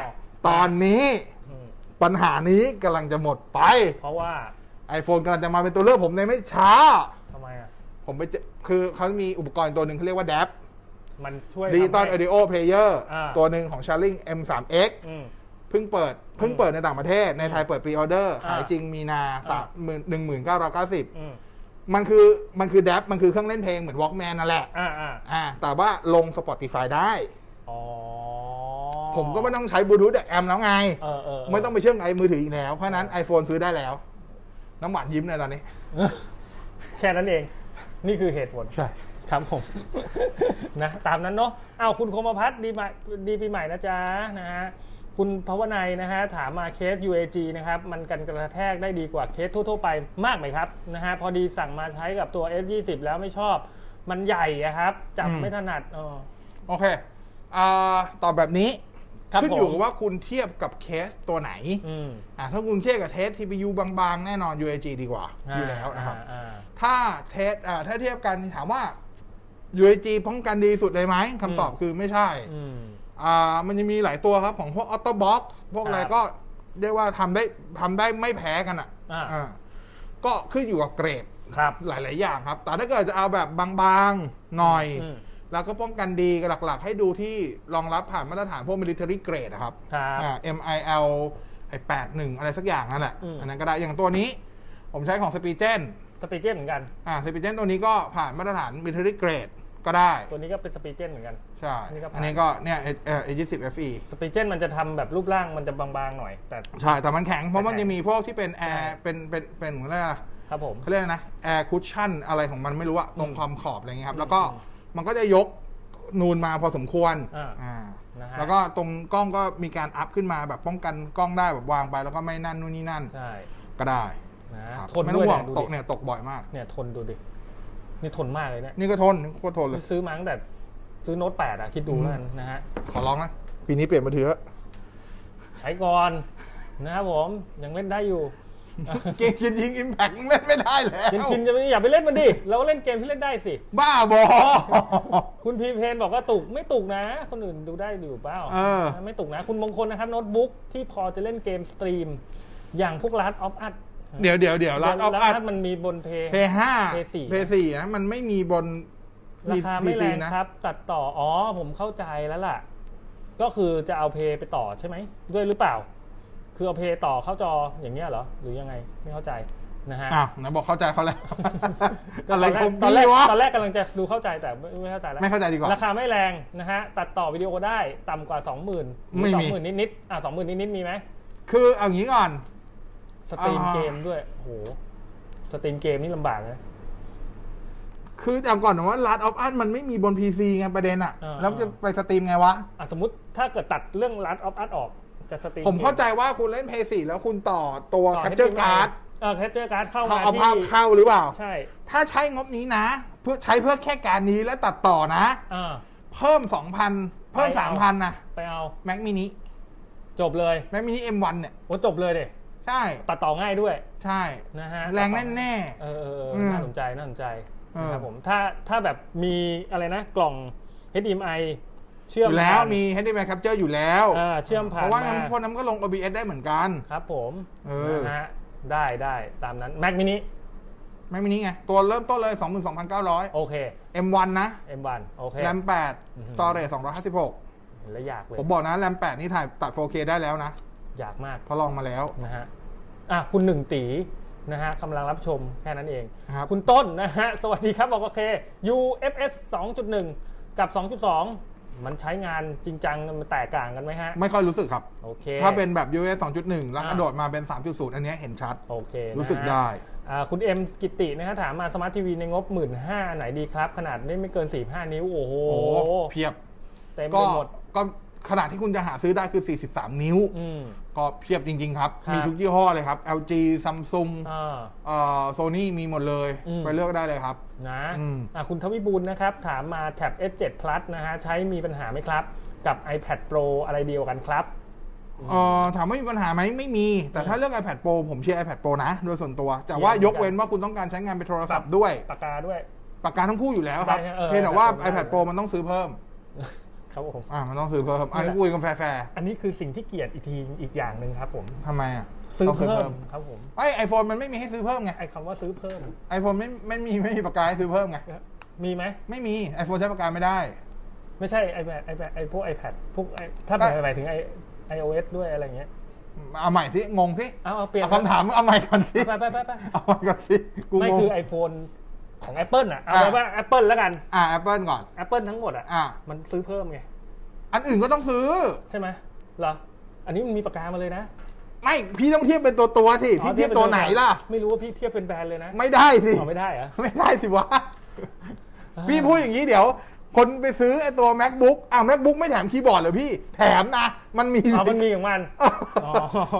[SPEAKER 4] ตอนนี้
[SPEAKER 3] อืม
[SPEAKER 4] ปัญหานี้กำลังจะหมดไป
[SPEAKER 3] เพราะว่า
[SPEAKER 4] iPhone กำลังจะมาเป็นตัวเลือกผมในไม่ช้า
[SPEAKER 3] ทำไมอ่ะ
[SPEAKER 4] ผมไปเจอคือเขามีอุปกรณ์ตัวหนึ่งเขาเรียกว่า DAP
[SPEAKER 3] มันช่วย
[SPEAKER 4] Digital
[SPEAKER 3] ทำให้
[SPEAKER 4] Audio Player
[SPEAKER 3] อ่า
[SPEAKER 4] ตัวหนึ่งของ Sharling M3X
[SPEAKER 3] อืม
[SPEAKER 4] เพิ่งเปิดเพิ่งเปิดในต่างประเทศในไทยเปิดปรีออเดอร์
[SPEAKER 3] อ่า
[SPEAKER 4] ขายจริงมีนาสามหมื่นหนึ่งหมื่นเก้าร้อยเก้าสิบ
[SPEAKER 3] อืม
[SPEAKER 4] มันคือมันคือ DAP มันคือเครื่องเล่นเพลงเหมือน Walkman นั่นแหละ
[SPEAKER 3] อ่าอ่า
[SPEAKER 4] อ่าแต่ว่าลง Spotify ได้
[SPEAKER 3] อ๋อ
[SPEAKER 4] ผมก็ไม่ต้องใช้บลูทูธแอมแล้วไง
[SPEAKER 3] เออเออเ
[SPEAKER 4] ไม่ต้องไปเชื่อมกับไอ้มือถืออีกแล้ว เพราะฉะนั้น iPhone ซื้อได้แล้ว น้ำหวานยิ้มเลยตอนนี้
[SPEAKER 3] แค่นั้นเอง นี่คือเหตุผล
[SPEAKER 4] ใช่
[SPEAKER 3] ครับผม นะตามนั้นเนาะอ้าวคุณคมพัฒน์ดีใหม่ดีปีใหม่นะจ๊ะนะฮะคุณภาวนัยนะฮะถามมาเคส UAG นะครับ มันกันกระแทกได้ดีกว่าเคสทั่ว ๆ ไปมากไหมครับนะฮะพอดีสั่งมาใช้กับตัว S20 แล้วไม่ชอบ มันใหญ่อะครับ จับ
[SPEAKER 4] อืม
[SPEAKER 3] ไม่ถนัดเออ
[SPEAKER 4] โอเคอาตอบแบบนี้
[SPEAKER 3] ครับ
[SPEAKER 4] ขึ้นอยู่
[SPEAKER 3] ผม
[SPEAKER 4] กับว่าคุณเทียบกับเคสตัวไหน
[SPEAKER 3] อืม
[SPEAKER 4] อ่ะถ้าคุณเทียบกับเทส TPU บางๆ แน่นอน UAG ดีกว่า อยู่แล้วนะครับ
[SPEAKER 3] อ่า
[SPEAKER 4] ถ้าเทสอ่าถ้าเทียบกันถามว่า UAG ป้องกันดีสุดเลยไหมคำตอบคือไม่ใช่
[SPEAKER 3] ๆอืม
[SPEAKER 4] อ่ามันจะมีหลายตัวครับของพวก Auto Box พวกอะไร
[SPEAKER 3] ครับ
[SPEAKER 4] ก็เรียกว่าทำได้ทำได้ไม่แพ้กันอะ
[SPEAKER 3] อ่า
[SPEAKER 4] อ่าก็ขึ้นอยู่กับเกรด
[SPEAKER 3] ครับ
[SPEAKER 4] หลาย ๆ อย่างครับ แต่ถ้าเกิดจะเอาแบบบางๆ หน่อย
[SPEAKER 3] อืม
[SPEAKER 4] แล้วก็ป้องกันดีกับหลัก ๆ ให้ดูที่รองรับผ่านมาตรฐานพวก military grade อะครับ
[SPEAKER 3] ครับ
[SPEAKER 4] อ่า MIL ไอแปดหนึ่งอะไรสักอย่างนั่นแหละ
[SPEAKER 3] อืม
[SPEAKER 4] อันนั้นก็ได้อย่างตัวนี้ ผมใช้ของ s p e e g e n
[SPEAKER 3] สปีเจนเหมือนกัน
[SPEAKER 4] อ่า s p e e g e n ตัวนี้ก็ผ่านมาตรฐาน military grade ก็ได้
[SPEAKER 3] ตัวนี้ก็เป็นสปีเจนเหมือนกัน
[SPEAKER 4] ใช่
[SPEAKER 3] อันนี้ก็ผ่าน
[SPEAKER 4] อันนี้ก็เนี่ยเอ่อ A20 FE
[SPEAKER 3] สปีเจนมันจะทำแบบรูปร่างมันจะบางๆหน่อย แต่
[SPEAKER 4] ใช่ แต่มันแข็ง เพราะมัน
[SPEAKER 3] แข็ง
[SPEAKER 4] จะมีพวกที่เป็นแอ
[SPEAKER 3] ใช่
[SPEAKER 4] ร์เป็นเป็นเป็นเหมือนอะไรอะ
[SPEAKER 3] ครับผม
[SPEAKER 4] เขาเรียกอะไรนะแอร์คุชชั่นอะไรของมันไม่รู้อะตรงความขอบอะไรเงี้ยครับ แล้วก็
[SPEAKER 3] อืม
[SPEAKER 4] มันก็จะยกนูนมาพอสมควร
[SPEAKER 3] อ่า
[SPEAKER 4] อ่า
[SPEAKER 3] นะฮะ
[SPEAKER 4] แล้วก็ตรงกล้องก็มีการอัพขึ้นมาแบบป้องกันกล้องได้แบบวางไป แล้วก็ไม่นั่นนู่นนี่นั่น
[SPEAKER 3] ใช่
[SPEAKER 4] ก็ได้
[SPEAKER 3] นะครับ ทน
[SPEAKER 4] ไม่ต้
[SPEAKER 3] ด้
[SPEAKER 4] อ
[SPEAKER 3] ว
[SPEAKER 4] ง
[SPEAKER 3] ย
[SPEAKER 4] ห่วง
[SPEAKER 3] นะ
[SPEAKER 4] ต
[SPEAKER 3] ดูดิ
[SPEAKER 4] กเนี่ยตกบ่อยมาก
[SPEAKER 3] เนี่ยทนดูดิ นี่ทนมากเลยเนี่ย
[SPEAKER 4] นี่ก็ทนโคตรทนเลย
[SPEAKER 3] ซื้อมาตั้งแต่ซื้อโน้ตแปดอะคิดดู
[SPEAKER 4] อืม
[SPEAKER 3] แล้วกันนะฮะ
[SPEAKER 4] ขอร้องนะปีนี้เปลี่ยนมาเถอะ
[SPEAKER 3] ใช้ก่อน นะครับผมยังเล่นได้อยู่
[SPEAKER 4] เกมชินยิงอิมแพคเล่นไม่ได้แล้ว
[SPEAKER 3] ชินชินจะไม่อย่าไปเล่นมันดิ เราก็เล่นเกมที่เล่นได้สิ
[SPEAKER 4] บ้าบอ
[SPEAKER 3] คุณพีเพนบอกว่าตุกไม่ตุกนะ คนอื่นดูได้อยู่เปล่า
[SPEAKER 4] เออ
[SPEAKER 3] ไม่ตุกนะ คุณมงคลนะครับโน้ตบุ๊กที่พอจะเล่นเกมสตรีม อย่างพวกรัดออฟอัด
[SPEAKER 4] เดี๋ยวเดี๋ยวเดี๋ยวร้านออฟอัพ
[SPEAKER 3] มันมีบนเพย์
[SPEAKER 4] เพย์ห้า
[SPEAKER 3] Play 4
[SPEAKER 4] เพย์สี่นะมันไม่มีบน
[SPEAKER 3] ราคาไม่
[SPEAKER 4] PC
[SPEAKER 3] แรง
[SPEAKER 4] นะครับ
[SPEAKER 3] ตัดต่อ อ๋อ ผมเข้าใจแล้วล่ะ ก็คือจะเอาเพย์ไปต่อใช่ไหม ด้วยหรือเปล่า คือเอาเพย์ต่อเข้าจออย่างเงี้ยเหรอ หรือยังไงไม่เข้าใจนะฮะ
[SPEAKER 4] อ้าวไหนะบอกเข้าใจเขาแล้ว
[SPEAKER 3] ก็
[SPEAKER 4] อะไรของ
[SPEAKER 3] ตอนแร
[SPEAKER 4] พี่
[SPEAKER 3] ก
[SPEAKER 4] วะ
[SPEAKER 3] ตอนแรกกำลังจะดูเข้าใจแต่ไม่ไม่เข้าใจแล้ว
[SPEAKER 4] ไม่เข้าใจดีกว่า
[SPEAKER 3] ราคาไม่แรงนะฮะ ตัดต่อวิดีโอได้ต่ำกว่า 20,000ห
[SPEAKER 4] ไม่
[SPEAKER 3] รือ
[SPEAKER 4] มี
[SPEAKER 3] 20,000นิดๆอ่ะ20,000นิดๆมีไหม
[SPEAKER 4] คือเอางี้ก่อน
[SPEAKER 3] สตรีม
[SPEAKER 4] อ่า
[SPEAKER 3] เกมด้วยโอ้โหสตรีมเกมนี่ลำบากนะ
[SPEAKER 4] คือจำก่อนนะว่าร้านออฟอันมันไม่มีบน PC ไงประเด็นอะ
[SPEAKER 3] เออ
[SPEAKER 4] แล้วจะไปสตรีมไงวะ
[SPEAKER 3] อ่ะสมมติถ้าเกิดตัดเรื่องรัดออฟอัดออกจะสตรีม
[SPEAKER 4] ผมเข้า
[SPEAKER 3] เก
[SPEAKER 4] ใจว่าคุณเล่นเพย์สี่แล้วคุณต่อตัว
[SPEAKER 3] ต่
[SPEAKER 4] แค
[SPEAKER 3] ให้
[SPEAKER 4] ปเจอร์การ์ด
[SPEAKER 3] เออแคปเจอร์การ์ดเข้า
[SPEAKER 4] เขา
[SPEAKER 3] มา
[SPEAKER 4] เอา
[SPEAKER 3] ที่
[SPEAKER 4] ภาพเข้าหรือเปล่า
[SPEAKER 3] ใช่
[SPEAKER 4] ถ้าใช้งบนี้นะ เพื่อใช้เพื่อแค่การนี้และตัดต่อนะ
[SPEAKER 3] อ่า
[SPEAKER 4] เพิ่มสองพันเพิ่ม
[SPEAKER 3] ไป
[SPEAKER 4] สาม
[SPEAKER 3] เอา
[SPEAKER 4] พันนะ
[SPEAKER 3] ไปเอา
[SPEAKER 4] แม็กมินิ
[SPEAKER 3] จบเลย
[SPEAKER 4] แม็กมินิเอ็มวันเนี่ย
[SPEAKER 3] โอ้จบเลยเด็
[SPEAKER 4] ใช่
[SPEAKER 3] ตัดต่อง่ายด้วย
[SPEAKER 4] ใช่
[SPEAKER 3] นะฮะ
[SPEAKER 4] แรงแน่
[SPEAKER 3] เออเออเออ
[SPEAKER 4] อืม
[SPEAKER 3] น่าสนใจน่าสนใจ
[SPEAKER 4] เออ
[SPEAKER 3] นะครับผมถ้าถ้าแบบมีอะไรนะกล่อง HDMI เชื่อม
[SPEAKER 4] อยู่แล้ว
[SPEAKER 3] ผ่าน
[SPEAKER 4] มี HDMI capture อยู่แล้ว
[SPEAKER 3] อ่าเชื่อมผ่าน
[SPEAKER 4] เพราะว่า
[SPEAKER 3] มา
[SPEAKER 4] พวกนั้นก็ลง OBS ได้เหมือนกัน
[SPEAKER 3] ครับผม
[SPEAKER 4] เออ
[SPEAKER 3] นะฮะได้ได้ตามนั้น Mac mini
[SPEAKER 4] ไม่มีนี่ไง ตัวเริ่มต้นเลย
[SPEAKER 3] โอเค
[SPEAKER 4] 22,900 M1 นะ
[SPEAKER 3] M1 โอเค
[SPEAKER 4] RAM 8 Storage 256
[SPEAKER 3] เห็นแล้วอยากเลย
[SPEAKER 4] ผมบอกนะ RAM 8 นี่ถ่ายตัด 4K ได้แล้วนะ
[SPEAKER 3] อยากมาก
[SPEAKER 4] เพราะลองมาแล้ว
[SPEAKER 3] นะฮะ อ่ะคุณหนึ่งตีนะฮะกำลังรับชมแค่นั้นเอง
[SPEAKER 4] ครับ
[SPEAKER 3] คุณต้นนะฮะ สวัสดีครับบอกโอเค UFS 2.1 กับ 2.2 มันใช้งานจริงจังมันแตกต่างกันไหมฮะ
[SPEAKER 4] ไม่ค่อยรู้สึกครับ
[SPEAKER 3] โอเค
[SPEAKER 4] ถ้าเป็นแบบ US 2.1 แล้ว
[SPEAKER 3] อ่า
[SPEAKER 4] กระโดดมาเป็น 3.0 อันเนี้ยเห็นชัด
[SPEAKER 3] โอเคนะฮะ
[SPEAKER 4] รู้สึกได้
[SPEAKER 3] อ่าคุณเอ็มกิตินะฮะ ถามมาสมาร์ททีวีในงบ 1 5ื่นห้าไหนดีครับ ขนาดไม่ไม่เกิน 45 นิ้ว โอ้โห
[SPEAKER 4] โอ้เพียบ
[SPEAKER 3] เต็มไป
[SPEAKER 4] ก็
[SPEAKER 3] หมด
[SPEAKER 4] ก็ขนาดที่คุณจะหาซื้อได้คือ 43 นิ้ว
[SPEAKER 3] อืม
[SPEAKER 4] ก็เพียบจริง ๆ ครับ
[SPEAKER 3] ครับ
[SPEAKER 4] มีทุกยี่ห้อเลยครับ LG Samsung
[SPEAKER 3] อ่า
[SPEAKER 4] เอ่อ Sony มีหมดเลย
[SPEAKER 3] อืม
[SPEAKER 4] ไปเลือกได้เลยครับ
[SPEAKER 3] นะ
[SPEAKER 4] อืม
[SPEAKER 3] อ่ะคุณทวิบูลย์นะครับ ถามมาแท็บ S7 Plus นะฮะ ใช้มีปัญหาไหมครับ กับ iPad Pro อะไรเดียวกันครับ
[SPEAKER 4] เอ่อถามว่ามีปัญหาไหมไม่มี แต่ถ้าเรื่อง iPad Pro ผมเชียร์ iPad Pro นะ โดยส่วนตัว แต่ว่ายกเว้นว่าคุณต้องการใช้งานเป็นโทรศัพท์ด้วย
[SPEAKER 3] ปากกาด้วย
[SPEAKER 4] ปากกาทั้งคู่อยู่แล้วครับ
[SPEAKER 3] ได้ฮะเออ
[SPEAKER 4] เพียงแต่ว่า
[SPEAKER 3] ได้
[SPEAKER 4] iPad Pro มันต้องซื้อเพิ่ม
[SPEAKER 3] ครับผม
[SPEAKER 4] อ่ามันต้องซื้อเพิ่มอันนี้พูดกันแฟร์
[SPEAKER 3] อันนี้คือสิ่งที่เกลียดอีกทีอีกอย่างหนึ่งครับผม
[SPEAKER 4] ๆทำไมอ่ะ
[SPEAKER 3] ซื้อ
[SPEAKER 4] ต้อง
[SPEAKER 3] เพิ่มครับผม
[SPEAKER 4] ไอไอโฟนมันไม่มีให้ซื้อเพิ่มไง
[SPEAKER 3] ไอ้คำว่าซื้อเพิ่ม
[SPEAKER 4] ไอโฟนไม่ไม่มีไม่มีปากกาให้ซื้อเพิ่มไง
[SPEAKER 3] มีไหม
[SPEAKER 4] ไม่มีไอโฟนใช้ปากกาไม่ได้
[SPEAKER 3] ไม่ใช่ iPad iPad ไอพวก iPad พวก i- ถ้าหมายหมายถึงไอ iOS ด้วยอะไรเงี้ย
[SPEAKER 4] เอาใหม่สิงงสิ
[SPEAKER 3] เอาเอาเปลี่ยน
[SPEAKER 4] เอาคำถามเอาใหม่ก่อนสิ
[SPEAKER 3] ไปไปไปไป
[SPEAKER 4] เอาใหม่ก่อนสิกู
[SPEAKER 3] ไม่
[SPEAKER 4] งง
[SPEAKER 3] คือ iPhone ของ Apple อ่ะ เอา
[SPEAKER 4] อ่ะ
[SPEAKER 3] ไว้ว่า Apple แล้วกัน
[SPEAKER 4] อ่า Apple ก่อน
[SPEAKER 3] Apple ทั้งหมดอ่ะ
[SPEAKER 4] อ่า
[SPEAKER 3] มันซื้อเพิ่มไง
[SPEAKER 4] อันอื่นก็ต้องซื้อ
[SPEAKER 3] ใช่ไหมเหรอ อันนี้มันมีปากกามาเลยนะ
[SPEAKER 4] ไม่พี่ต้องเทียบเป็นตัวตัวๆสิพี่เทียบตัวไหนล่ะ
[SPEAKER 3] ไม่รู้ว่าพี่เทียบเป็นแบรนด์เลยนะ
[SPEAKER 4] ไม่ได้สิ
[SPEAKER 3] เอาไม่ได้เหรอ
[SPEAKER 4] ไม่ได้สิวะ พี่พูดอย่างนี้เดี๋ยว คนไปซื้อไอ้ตัว macbook อ่ะ macbook ไม่แถมคีย์บอร์ดเหรอพี่ แถมนะ มันมี
[SPEAKER 3] เอามันมีของมัน อ๋อ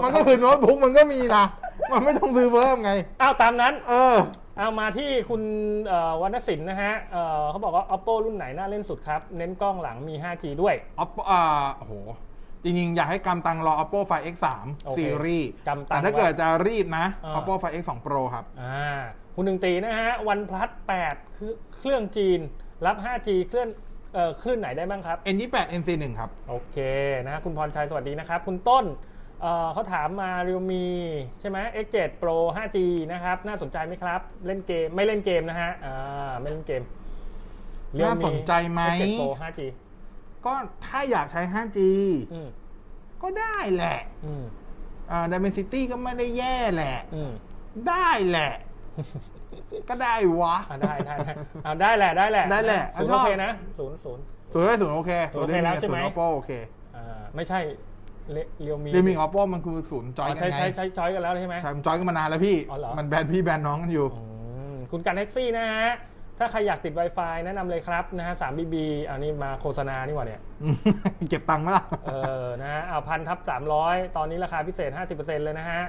[SPEAKER 4] มัน ก็คือโน้ตบุ๊กมันก็มีนะ มันไม่ต้องซื้อเพิ่มไง
[SPEAKER 3] อ้าวตามนั้น
[SPEAKER 4] เออ
[SPEAKER 3] เอามาที่คุณเอ่อวรรณศิลป์นะฮะเอ่อเขาบอกว่า oppo รุ่นไหนน่าเล่นสุดครับ เน้นกล้องหลังมี 5G ด้วย
[SPEAKER 4] oppo อ่าโอ้โห จริงๆ อยากให้กำตังรอ oppo find x
[SPEAKER 3] โอ
[SPEAKER 4] 3
[SPEAKER 3] เค
[SPEAKER 4] ซีรีส์
[SPEAKER 3] กำตัง
[SPEAKER 4] แต่ถ้าเกิดจะรีบนะ
[SPEAKER 3] อ่า
[SPEAKER 4] oppo find x 2 pro ครับ
[SPEAKER 3] อ่าคุณหนึ่งตีนะฮะ วันพลัส8คือเครื่องจีนรับ 5G เครื่องเอ่อคลื่นไหนได้บ้างครับ
[SPEAKER 4] n 2 8 n c 1ครับ
[SPEAKER 3] โอเคนะฮะคุณพรชัยสวัสดีนะครับ คุณต้นเอ่อเขาถามมาเรียวมีใช่ไหม X7 Pro 5G นะครับ น่าสนใจไหมครับ เล่นเกมไม่เล่นเกมนะฮะอ่าไม่เล่นเกม Realme
[SPEAKER 4] น่าสนใจไหม
[SPEAKER 3] X7 Pro 5G
[SPEAKER 4] ก็ถ้าอยากใช้ 5G
[SPEAKER 3] อืม
[SPEAKER 4] ก็ได้แหละ
[SPEAKER 3] อืม
[SPEAKER 4] อ่า dimensity ก็ไม่ได้แย่แหละ
[SPEAKER 3] อืม
[SPEAKER 4] ได้แหละ ก็ได้วะ
[SPEAKER 3] อ่ะได้ได้ได้อ่ะได้แหละได้แหละ
[SPEAKER 4] ได้แหละ
[SPEAKER 3] ศูนย์
[SPEAKER 4] ช
[SPEAKER 3] โอ
[SPEAKER 4] อบ
[SPEAKER 3] เคนะศูนย์ศูนย์
[SPEAKER 4] ศูนย์ได้ศูนย์โอเค
[SPEAKER 3] ศูนย์โอเคแล้วใช่ไหม
[SPEAKER 4] ศูนย์ oppo โอเค
[SPEAKER 3] อ่าไม่ใช่เรียวมี
[SPEAKER 4] เรียมิง oppo มันคือศูนย์จอย
[SPEAKER 3] อ๋อ
[SPEAKER 4] กัน
[SPEAKER 3] ใช้
[SPEAKER 4] ไง
[SPEAKER 3] ใช้ใช้จอยกันแล้วใช่ไหม
[SPEAKER 4] ใช่มันจอยกันมานานแล้วพี่
[SPEAKER 3] อ๋อเหรอ
[SPEAKER 4] มันแบนพี่แบนน้องกันอยู่
[SPEAKER 3] อืมคุณการแท็กซี่นะฮะ ถ้าใครอยากติด Wi-Fi แนะนำเลยครับนะฮะสามบีบีอันนี้มาโฆษณานี่หว่าเนี่ย
[SPEAKER 4] เก็บตังค์ไหมล่ะ
[SPEAKER 3] เออนะฮะเอาพันทับสามร้อยตอนนี้ราคาพิเศษ 50%เลยนะฮะ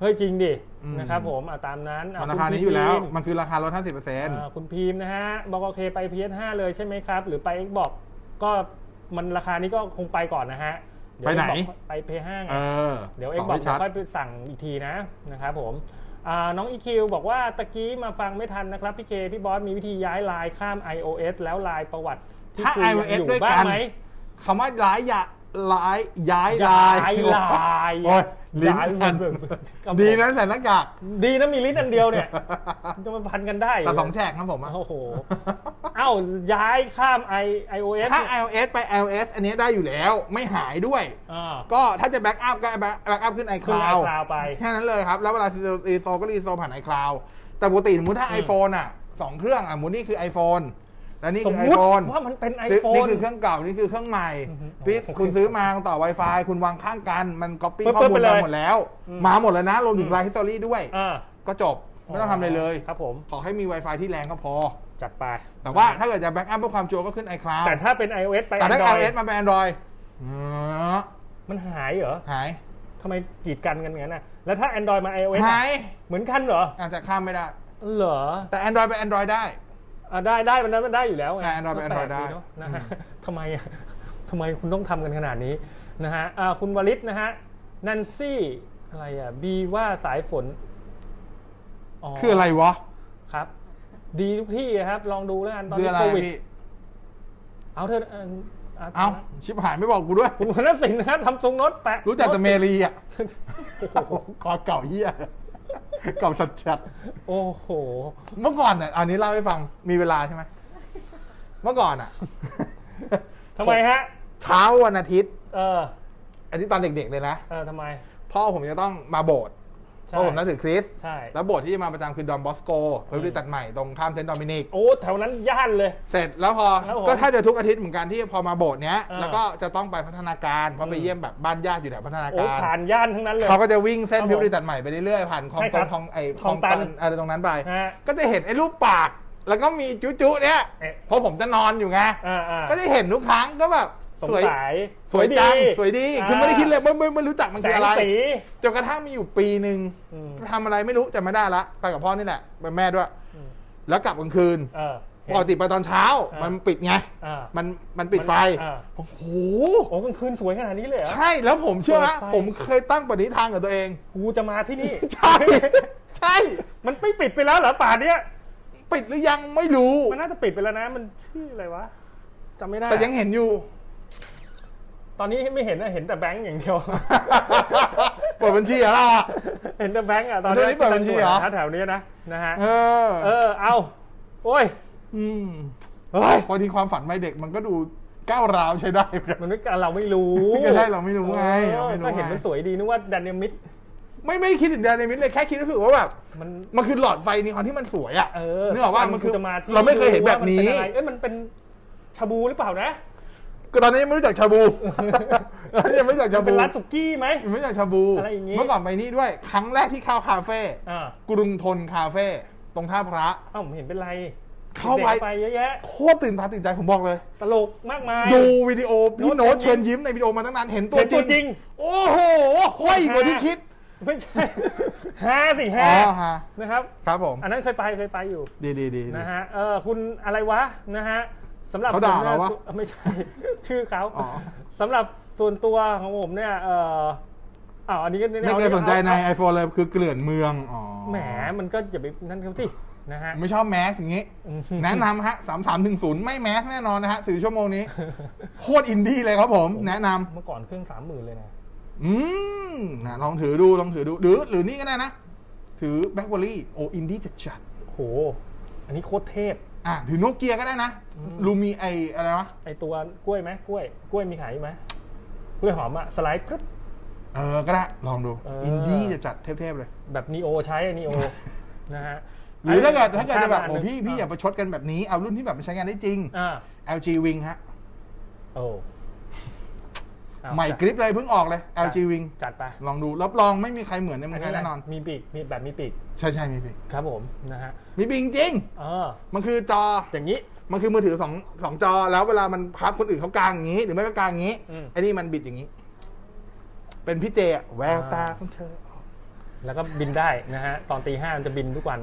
[SPEAKER 3] เฮ้ยจริงดิ
[SPEAKER 4] อืม
[SPEAKER 3] นะครับผมเอาตามนั้นเอ
[SPEAKER 4] มันราคา
[SPEAKER 3] ณ
[SPEAKER 4] นี้อยู่แล้ว
[SPEAKER 3] พิมพ์
[SPEAKER 4] มันคือราคาลด 50%
[SPEAKER 3] อ่าคุณพีมนะฮะบอกโอเคไป PS5 เลยใช่ไหมครับ หรือไป Xbox ก็มันราคานี้ก็คงไปก่อนนะฮะเดี๋ยว
[SPEAKER 4] ไปไหน
[SPEAKER 3] Xbox ไป PS5 ไง
[SPEAKER 4] เออ
[SPEAKER 3] เดี๋ยว
[SPEAKER 4] ตบ
[SPEAKER 3] Xbox
[SPEAKER 4] ไม่ชัด
[SPEAKER 3] เดี๋ยวค่อยไปสั่งอีกทีนะนะครับผมอ่าน้องอีคิวบอกว่าตะกี้มาฟังไม่ทันนะครับ พี่เค พี่บอสมีวิธีย้ายไลน์ข้าม iOS แล้วไลน์ประวัติที่
[SPEAKER 4] ถ้า
[SPEAKER 3] คุยกัน
[SPEAKER 4] iOS
[SPEAKER 3] อยู่
[SPEAKER 4] ด้วย
[SPEAKER 3] บ้า
[SPEAKER 4] กัน
[SPEAKER 3] งไหม
[SPEAKER 4] คำว่าย้ายยาย้ายย้ายลาย
[SPEAKER 3] ย้ายลาย
[SPEAKER 4] โอ้ยลิ้น
[SPEAKER 3] ย้าย
[SPEAKER 4] พัน
[SPEAKER 3] เบิ่งครับผม
[SPEAKER 4] ดีนะใส่หน้ากาก
[SPEAKER 3] ดีนะมีลิ้นอันเดียวเนี่ย จะมาพันกันได้
[SPEAKER 4] แต่สองแฉกนะผมอะ
[SPEAKER 3] โอ้โหเอ้าย้ายข้าม i iOS
[SPEAKER 4] ถ้า iOS ไป iOS อันนี้ได้อยู่แล้วไม่หายด้วย
[SPEAKER 3] อ่า
[SPEAKER 4] ก็ถ้าจะแบ็กอัพก็แบ็กอัพขึ้น
[SPEAKER 3] ขึ้น
[SPEAKER 4] iCloud
[SPEAKER 3] iCloud ไป
[SPEAKER 4] แค่นั้นเลยครับ แล้วเวลารีโซก็รีโซผ่าน iCloud แต่ปกติสมมติถ้า
[SPEAKER 3] อืม
[SPEAKER 4] iPhone อ่ะสองเครื่องอ่ะสมมุตินี่คือ iPhone และนี่
[SPEAKER 3] ส
[SPEAKER 4] คื
[SPEAKER 3] ม
[SPEAKER 4] อ
[SPEAKER 3] มุติ
[SPEAKER 4] iPhone
[SPEAKER 3] ว่ามันเป็นไอ
[SPEAKER 4] ซื้อ
[SPEAKER 3] โฟ
[SPEAKER 4] นี่
[SPEAKER 3] น
[SPEAKER 4] คือเครื่องเก่า นี่คือเครื่องใหม่
[SPEAKER 3] อือฮึ
[SPEAKER 4] พี่
[SPEAKER 3] โอเค
[SPEAKER 4] คุณซื้อมาต่อ Wi-Fi คุณวางข้างกันมันก๊อปปี้
[SPEAKER 3] ปึ๊บ
[SPEAKER 4] ข้อมู
[SPEAKER 3] ไป
[SPEAKER 4] ล
[SPEAKER 3] เลย
[SPEAKER 4] มาหมดแล้ว
[SPEAKER 3] อืม
[SPEAKER 4] มาหมดแล้วนะรวมถึงไลน์ฮิสตอรี่ด้วย
[SPEAKER 3] อ่า
[SPEAKER 4] ก็จบไม่ต้องทำอะไรเลย
[SPEAKER 3] ครับผม
[SPEAKER 4] ขอให้มี Wi-Fi ที่แรงก็พอ
[SPEAKER 3] จัดไป
[SPEAKER 4] แต่ว่าถ้าเกิดจะแบ็กอัพเพื่อความชัวร์ก็ขึ้น iCloud
[SPEAKER 3] แต่ถ้าเป็น iOS ไป
[SPEAKER 4] แต่ถ้า
[SPEAKER 3] Android
[SPEAKER 4] iOS มาเป็น Android อืม
[SPEAKER 3] มันหายเหรอ
[SPEAKER 4] หาย
[SPEAKER 3] ทำไมกีดกันกันอย่างนั้นน่ะแล้วถ้า Android มา iOS
[SPEAKER 4] หา
[SPEAKER 3] อ่ะ
[SPEAKER 4] ย
[SPEAKER 3] เหมือนกันเหรอ
[SPEAKER 4] อาจจะข้ามไม่ได้
[SPEAKER 3] เหรอ
[SPEAKER 4] แต่ Android ไป Android ได้
[SPEAKER 3] อ่ะได้ได้มันนั้นมันได้อยู่แล้วไง
[SPEAKER 4] อ่ะ Android เป็น Android ได้
[SPEAKER 3] แปลกเนอะนะฮะทำไมอ่ะทำไมคุณต้องทำกันขนาดนี้นะฮะอ่าคุณวลิศนะฮะนันซี่อะไรอ่ะบีว่าสายฝน
[SPEAKER 4] คืออะไรวะ
[SPEAKER 3] ครับ ดีทุกที่ครับ ลองดูแล้วกันตอน
[SPEAKER 4] คือ
[SPEAKER 3] นี้
[SPEAKER 4] อะไร
[SPEAKER 3] โค
[SPEAKER 4] อะ
[SPEAKER 3] วิด
[SPEAKER 4] พี่
[SPEAKER 3] เอาเถอะเอ่อ
[SPEAKER 4] เอ้า ชิบหายไม่บอกกูด้วย
[SPEAKER 3] คุณวรรณสินนะครับทำทรงรถแปะ
[SPEAKER 4] รู้จักแต่เม
[SPEAKER 3] รถ
[SPEAKER 4] รีอ่ะ
[SPEAKER 3] โอ้โห
[SPEAKER 4] กอเก่าเหี้ย เก่าชัดชัด
[SPEAKER 3] โอ้โห
[SPEAKER 4] ๆเมื่อก่อนอ่ะอันนี้เล่าให้ฟังมีเวลาใช่ไหมเมื่อก่อนอ่ะ
[SPEAKER 3] ทำไมฮะ
[SPEAKER 4] เช้าวันอาทิตย์
[SPEAKER 3] เออ
[SPEAKER 4] อันนี้ตอนเด็กๆเลยนะ
[SPEAKER 3] เออทำไม
[SPEAKER 4] พ่อผมจะต้องมาโบสถ์ เพราะผมนับถือคริสต์
[SPEAKER 3] ใช่
[SPEAKER 4] แล้วโบสถ์ที่จะมาประจำคือดอมบอสโกพระวิทตัดใหม่ตรงข้ามเซนต์ดอมินิก
[SPEAKER 3] โอ้แถวนั้นย่านเลย
[SPEAKER 4] เสร็จแล้วพอ
[SPEAKER 3] ครับผม
[SPEAKER 4] ก็ถ้าจะทุกอาทิตย์เหมือนกันที่พอมาโบสถ์เนี้ย
[SPEAKER 3] อ่า
[SPEAKER 4] แล้วก็จะต้องไปพัฒนาการเพราะไปเยี่ยมแบบบ้านญาติอยู่แถวพัฒนา
[SPEAKER 3] โอ้
[SPEAKER 4] การ
[SPEAKER 3] ผ่านย่านทั้งนั้นเลย
[SPEAKER 4] เขาก็จะวิ่งเส้น
[SPEAKER 3] ครับผม
[SPEAKER 4] พิบริตัดใหม่ไปเรื่อยๆผ่านคลอง
[SPEAKER 3] ใช่ค
[SPEAKER 4] ต
[SPEAKER 3] รั
[SPEAKER 4] น
[SPEAKER 3] บ
[SPEAKER 4] คลองไอ
[SPEAKER 3] คลองตัน
[SPEAKER 4] อะไรตรงนั้นไป
[SPEAKER 3] ฮะ
[SPEAKER 4] ก็จะเห็นไอ้รูปปาก แล้วก็มีจุจุเนี้ย
[SPEAKER 3] เอ๊ะ
[SPEAKER 4] เพราะผมจะนอนอยู่ไง
[SPEAKER 3] อ่าอ่า
[SPEAKER 4] ก็จะเห็นทุกครั้งก็แบบ
[SPEAKER 3] สง
[SPEAKER 4] สวย
[SPEAKER 3] สัย
[SPEAKER 4] สวยจังสวยดี
[SPEAKER 3] า
[SPEAKER 4] คือไม่ได้คิดเลยไม่ไม่ไม่รู้จักมัน
[SPEAKER 3] แส
[SPEAKER 4] คือง อะไร
[SPEAKER 3] สี
[SPEAKER 4] จนกระทั่งมีอยู่ปีหนึ่ง
[SPEAKER 3] อืม
[SPEAKER 4] ทำอะไรไม่รู้จำไม่ได้ละไปกับพ่อนี่แหละไปแม่ด้วย
[SPEAKER 3] อืม
[SPEAKER 4] แล้วกลับกลางคืน
[SPEAKER 3] เออเห็
[SPEAKER 4] ป
[SPEAKER 3] น
[SPEAKER 4] กติไปตอนเช้า
[SPEAKER 3] อ่ามั
[SPEAKER 4] มันปิดไง
[SPEAKER 3] อ่า
[SPEAKER 4] มันมันปิดไฟ
[SPEAKER 3] อ่า
[SPEAKER 4] โอ้โห
[SPEAKER 3] โอ้กลางคืนสวยขนาดนี้เลยเหรอ
[SPEAKER 4] ใช่ แล้วผมเชื่อนะ
[SPEAKER 3] เปิดไฟ
[SPEAKER 4] ผมเคยตั้งปณิธานกับตัวเอง
[SPEAKER 3] กูจะมาที่นี่
[SPEAKER 4] ใช่ ใช่
[SPEAKER 3] มันไม่ปิดไปแล้วเหรอป่านเนี้ย
[SPEAKER 4] ปิดหรือยังไม่รู้
[SPEAKER 3] มันน่าจะปิดไปแล้วนะ มันชื่ออะไรวะจำไม่ได้
[SPEAKER 4] แต่ยังเห็นอยู่
[SPEAKER 3] ตอนนี้ไม่เห็นนะเห็นแต่แบงค์อย่างเดียว
[SPEAKER 4] เปิดบัญชีอะไรล่ะ
[SPEAKER 3] เห็นแต่แบงค์อ่ะตอน
[SPEAKER 4] เดี๋ยวนี้เปิดบัญชีเหรอ
[SPEAKER 3] แถวๆนี้นะนะฮะ
[SPEAKER 4] เออ
[SPEAKER 3] เออเอาโอ้ย
[SPEAKER 4] อืมเฮ้ยพอทีความฝันวัยเด็กมันก็ดูก้าวร้าวใช้ได้เหมือนกัน
[SPEAKER 3] มันไม่เราไม่รู้
[SPEAKER 4] ก็ใช่เราไม่รู้ไงเราไม่รู้
[SPEAKER 3] ก็เห็น
[SPEAKER 4] ไง
[SPEAKER 3] มันสวยดีนึกว่าดันเนมิด
[SPEAKER 4] ไม่ไม่คิดถึงแดนในมิดเลยแค่คิดรู้สึกว่าแบบ
[SPEAKER 3] มัน
[SPEAKER 4] มันคือหลอดไฟนีออนที่มันสวยอ่ะ
[SPEAKER 3] เออ
[SPEAKER 4] นึกออกว่า
[SPEAKER 3] วั
[SPEAKER 4] มันคือ
[SPEAKER 3] จะมาที่
[SPEAKER 4] เราไม่เคยเห็นแบบนี้
[SPEAKER 3] ว่ามัเป็อะไรเอ้ยมันเป็นชาบูหรือเปล่านะ
[SPEAKER 4] ก็ตอนนี้ยังไม่รู้จัก ชาบู ยังไม่รู้จักชา
[SPEAKER 3] เป็
[SPEAKER 4] บู
[SPEAKER 3] นร้านสุกี้ไหม
[SPEAKER 4] ยังไม่รู้จักชาบู
[SPEAKER 3] อะไรอย่างงี้
[SPEAKER 4] เมื่อก่อนไปนี่ด้วย ครั้งแรกที่เข้าคาเฟ่
[SPEAKER 3] อ่าก
[SPEAKER 4] รุงทนคาเฟ่ตรงท่าพระ
[SPEAKER 3] เอ้าผมเห็นเป็นไร
[SPEAKER 4] เข้าไป
[SPEAKER 3] ด็กๆไปเยอะแยะ
[SPEAKER 4] โคตรตื่นตาตื่นใจผมบอกเลย
[SPEAKER 3] ตลกมากมาย
[SPEAKER 4] ดูวิดีโอพี่
[SPEAKER 3] โน้
[SPEAKER 4] โน้
[SPEAKER 3] ต
[SPEAKER 4] ต
[SPEAKER 3] เชิ
[SPEAKER 4] เชิ
[SPEAKER 3] ญ
[SPEAKER 4] ญ
[SPEAKER 3] ยิ้
[SPEAKER 4] ยิ้
[SPEAKER 3] ม
[SPEAKER 4] มในวิดีโอมาตั้งนานเห็นตัว
[SPEAKER 3] เห็น
[SPEAKER 4] จ
[SPEAKER 3] ตัวจริ
[SPEAKER 4] ริ
[SPEAKER 3] ง
[SPEAKER 4] ง โอ้โหห้อยกว่าที่คิด
[SPEAKER 3] ไม่ใช่ ห้าสิ
[SPEAKER 4] อ๋
[SPEAKER 3] ห้า
[SPEAKER 4] อฮะ
[SPEAKER 3] นะครับ
[SPEAKER 4] ครับผม
[SPEAKER 3] อันนั้นเคยไปเคยไปอยู่
[SPEAKER 4] ดีดีดี
[SPEAKER 3] นะฮะเออคุณอะไรวะนะฮะสำหรับ
[SPEAKER 4] เขาด่า
[SPEAKER 3] ผมนี่ย
[SPEAKER 4] เราวะ
[SPEAKER 3] สุไม่ใช่ ชื่อเขา
[SPEAKER 4] อ๋อ
[SPEAKER 3] สำหรับส่วนตัวของผมเนี่ยเอออ้าวอันนี้ก็
[SPEAKER 4] ไม่เคยสนใจใน
[SPEAKER 3] เอา
[SPEAKER 4] iPhone เลยคือเกลื่อนเมืองอ๋อ
[SPEAKER 3] แหมมันก็อย่าไปนั่นเขาที่นะฮะ
[SPEAKER 4] ไม่ชอบแมสอย่างงี้
[SPEAKER 3] อืม
[SPEAKER 4] แนะนำฮะสามสามถึงศูนย์ไม่แมสแน่นอนนะฮะสี่ชั่วโมงนี้ โคตรอินดี้เลยครับผม แนะนำ
[SPEAKER 3] เมื่อก่อนเครื่องสามหมื่นเลยนะ
[SPEAKER 4] อืมนะลองถือดู ลองถือดู หรือ หรือนี่ก็ได้นะ ถือแบล็คเบอรี่โออินดี้จัดจัด
[SPEAKER 3] โห อันนี้โคตรเทพ
[SPEAKER 4] อ่ะ ถือโนเกียก็ได้นะ ลูมีไออะไรวะ
[SPEAKER 3] ไอตัวกล้วยไหมกล้วย กล้วยมีขายไหมกล้วยหอมอะสไลด์พรึบ
[SPEAKER 4] เออ ก็ได้ ลองดู
[SPEAKER 3] เอออิ
[SPEAKER 4] อินดี้จัดจัดเทพๆเลย
[SPEAKER 3] แบบนีโอใช้นีโอ นะฮะ
[SPEAKER 4] หรือถ้าเกิดถ้าเกิดจะแบบ
[SPEAKER 3] ข้ม
[SPEAKER 4] โอ้
[SPEAKER 3] มหนึ่ง
[SPEAKER 4] พี่ พี่อย่าประชดกันแบบนี้ เอารุ่นที่แบบมันใช้งานได้จริง
[SPEAKER 3] อ่า
[SPEAKER 4] LG Wing ฮะ
[SPEAKER 3] โอ้ เอา
[SPEAKER 4] ใหม่กริปเลยเพิ่งออกเลย LG Wing
[SPEAKER 3] จัดไป
[SPEAKER 4] ลองดู รับรองไม่มีใครเหมือนในเมืองไทยแน่นอน
[SPEAKER 3] มีปีกมีแบบมีปีก
[SPEAKER 4] ใช่ใช่มีปิง
[SPEAKER 3] ครับผมนะฮะ
[SPEAKER 4] มีปิงจริง
[SPEAKER 3] เออ
[SPEAKER 4] มันคือจอ
[SPEAKER 3] อย่างนี้
[SPEAKER 4] มันคือมือถือสองสองจอ แล้วเวลามันพับคนอื่นเขากลางอย่างนี้ หรือไม่ก็กลางอย่างนี้
[SPEAKER 3] อืม
[SPEAKER 4] ไอ้นี่มันบิดอย่างนี้ เป็นพี่เจอะแววตา
[SPEAKER 3] อ่า
[SPEAKER 4] ของเธอ
[SPEAKER 3] แล้วก็บินได้นะฮะ ตอนตีห้ามันจะบินทุกวัน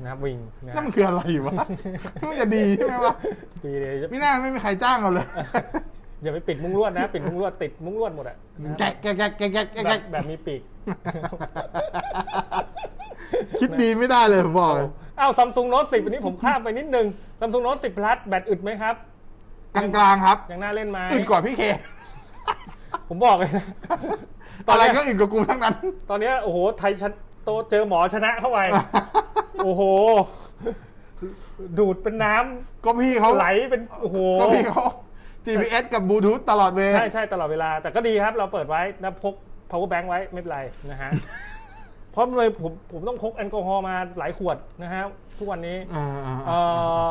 [SPEAKER 3] นะครับวิงนะ
[SPEAKER 4] นั่น
[SPEAKER 3] ฮะ
[SPEAKER 4] มันคืออะไรวะ นี่มันจะดีใช่ไหมวะ
[SPEAKER 3] ตีเลย
[SPEAKER 4] ไม่น่าไม่มีใครจ้างเรา เลย
[SPEAKER 3] อย่าไปปิดมุ้งลวดนะ ปิดมุ้งลวดติดมุ้งลวดหมดอะนะ
[SPEAKER 4] แกะแกะแกะแกะแกะ
[SPEAKER 3] แบ
[SPEAKER 4] แกะ
[SPEAKER 3] บแบบมี ปีก
[SPEAKER 4] คิดดีไม่ได้เลยผมบอกเลย
[SPEAKER 3] อ้าวซัมซุงโน้ตสิบอันนี้ผมข้ามไปนิดนึงซัมซุงโน้ตสิบ plus แบตอึดไหมครับ
[SPEAKER 4] กลางกลางๆครับ
[SPEAKER 3] ยังน่าเล่นไหม
[SPEAKER 4] อึดกว่าพี่เค
[SPEAKER 3] ผมบอกเลยนะ ตอน
[SPEAKER 4] อะไร
[SPEAKER 3] เนี้ย
[SPEAKER 4] ก็อึดกว่ากูทั้งนั้น
[SPEAKER 3] ตอนเนี้ยโอ้โห ไทยชนโตเจอหมอชนะเข้า ไป โอ้โห ดูดเป็นน้ำ
[SPEAKER 4] ก็พี่เขา
[SPEAKER 3] ไหลเป็น โอ้โห
[SPEAKER 4] ก็พี่เขา GPS กับบลูทูธตลอดเวลา
[SPEAKER 3] ใช่ใช่ตลอดเวลา แต่ก็ดีครับ เราเปิดไว้นะพก power bank ไว้ไม่เป็นไรนะ ฮะ เพราะเลยผมผมต้องพกแอลกอฮอล์มาหลายขวดนะฮะ ทุกวันนี้
[SPEAKER 4] อ่าอ่าอ่
[SPEAKER 3] เอ่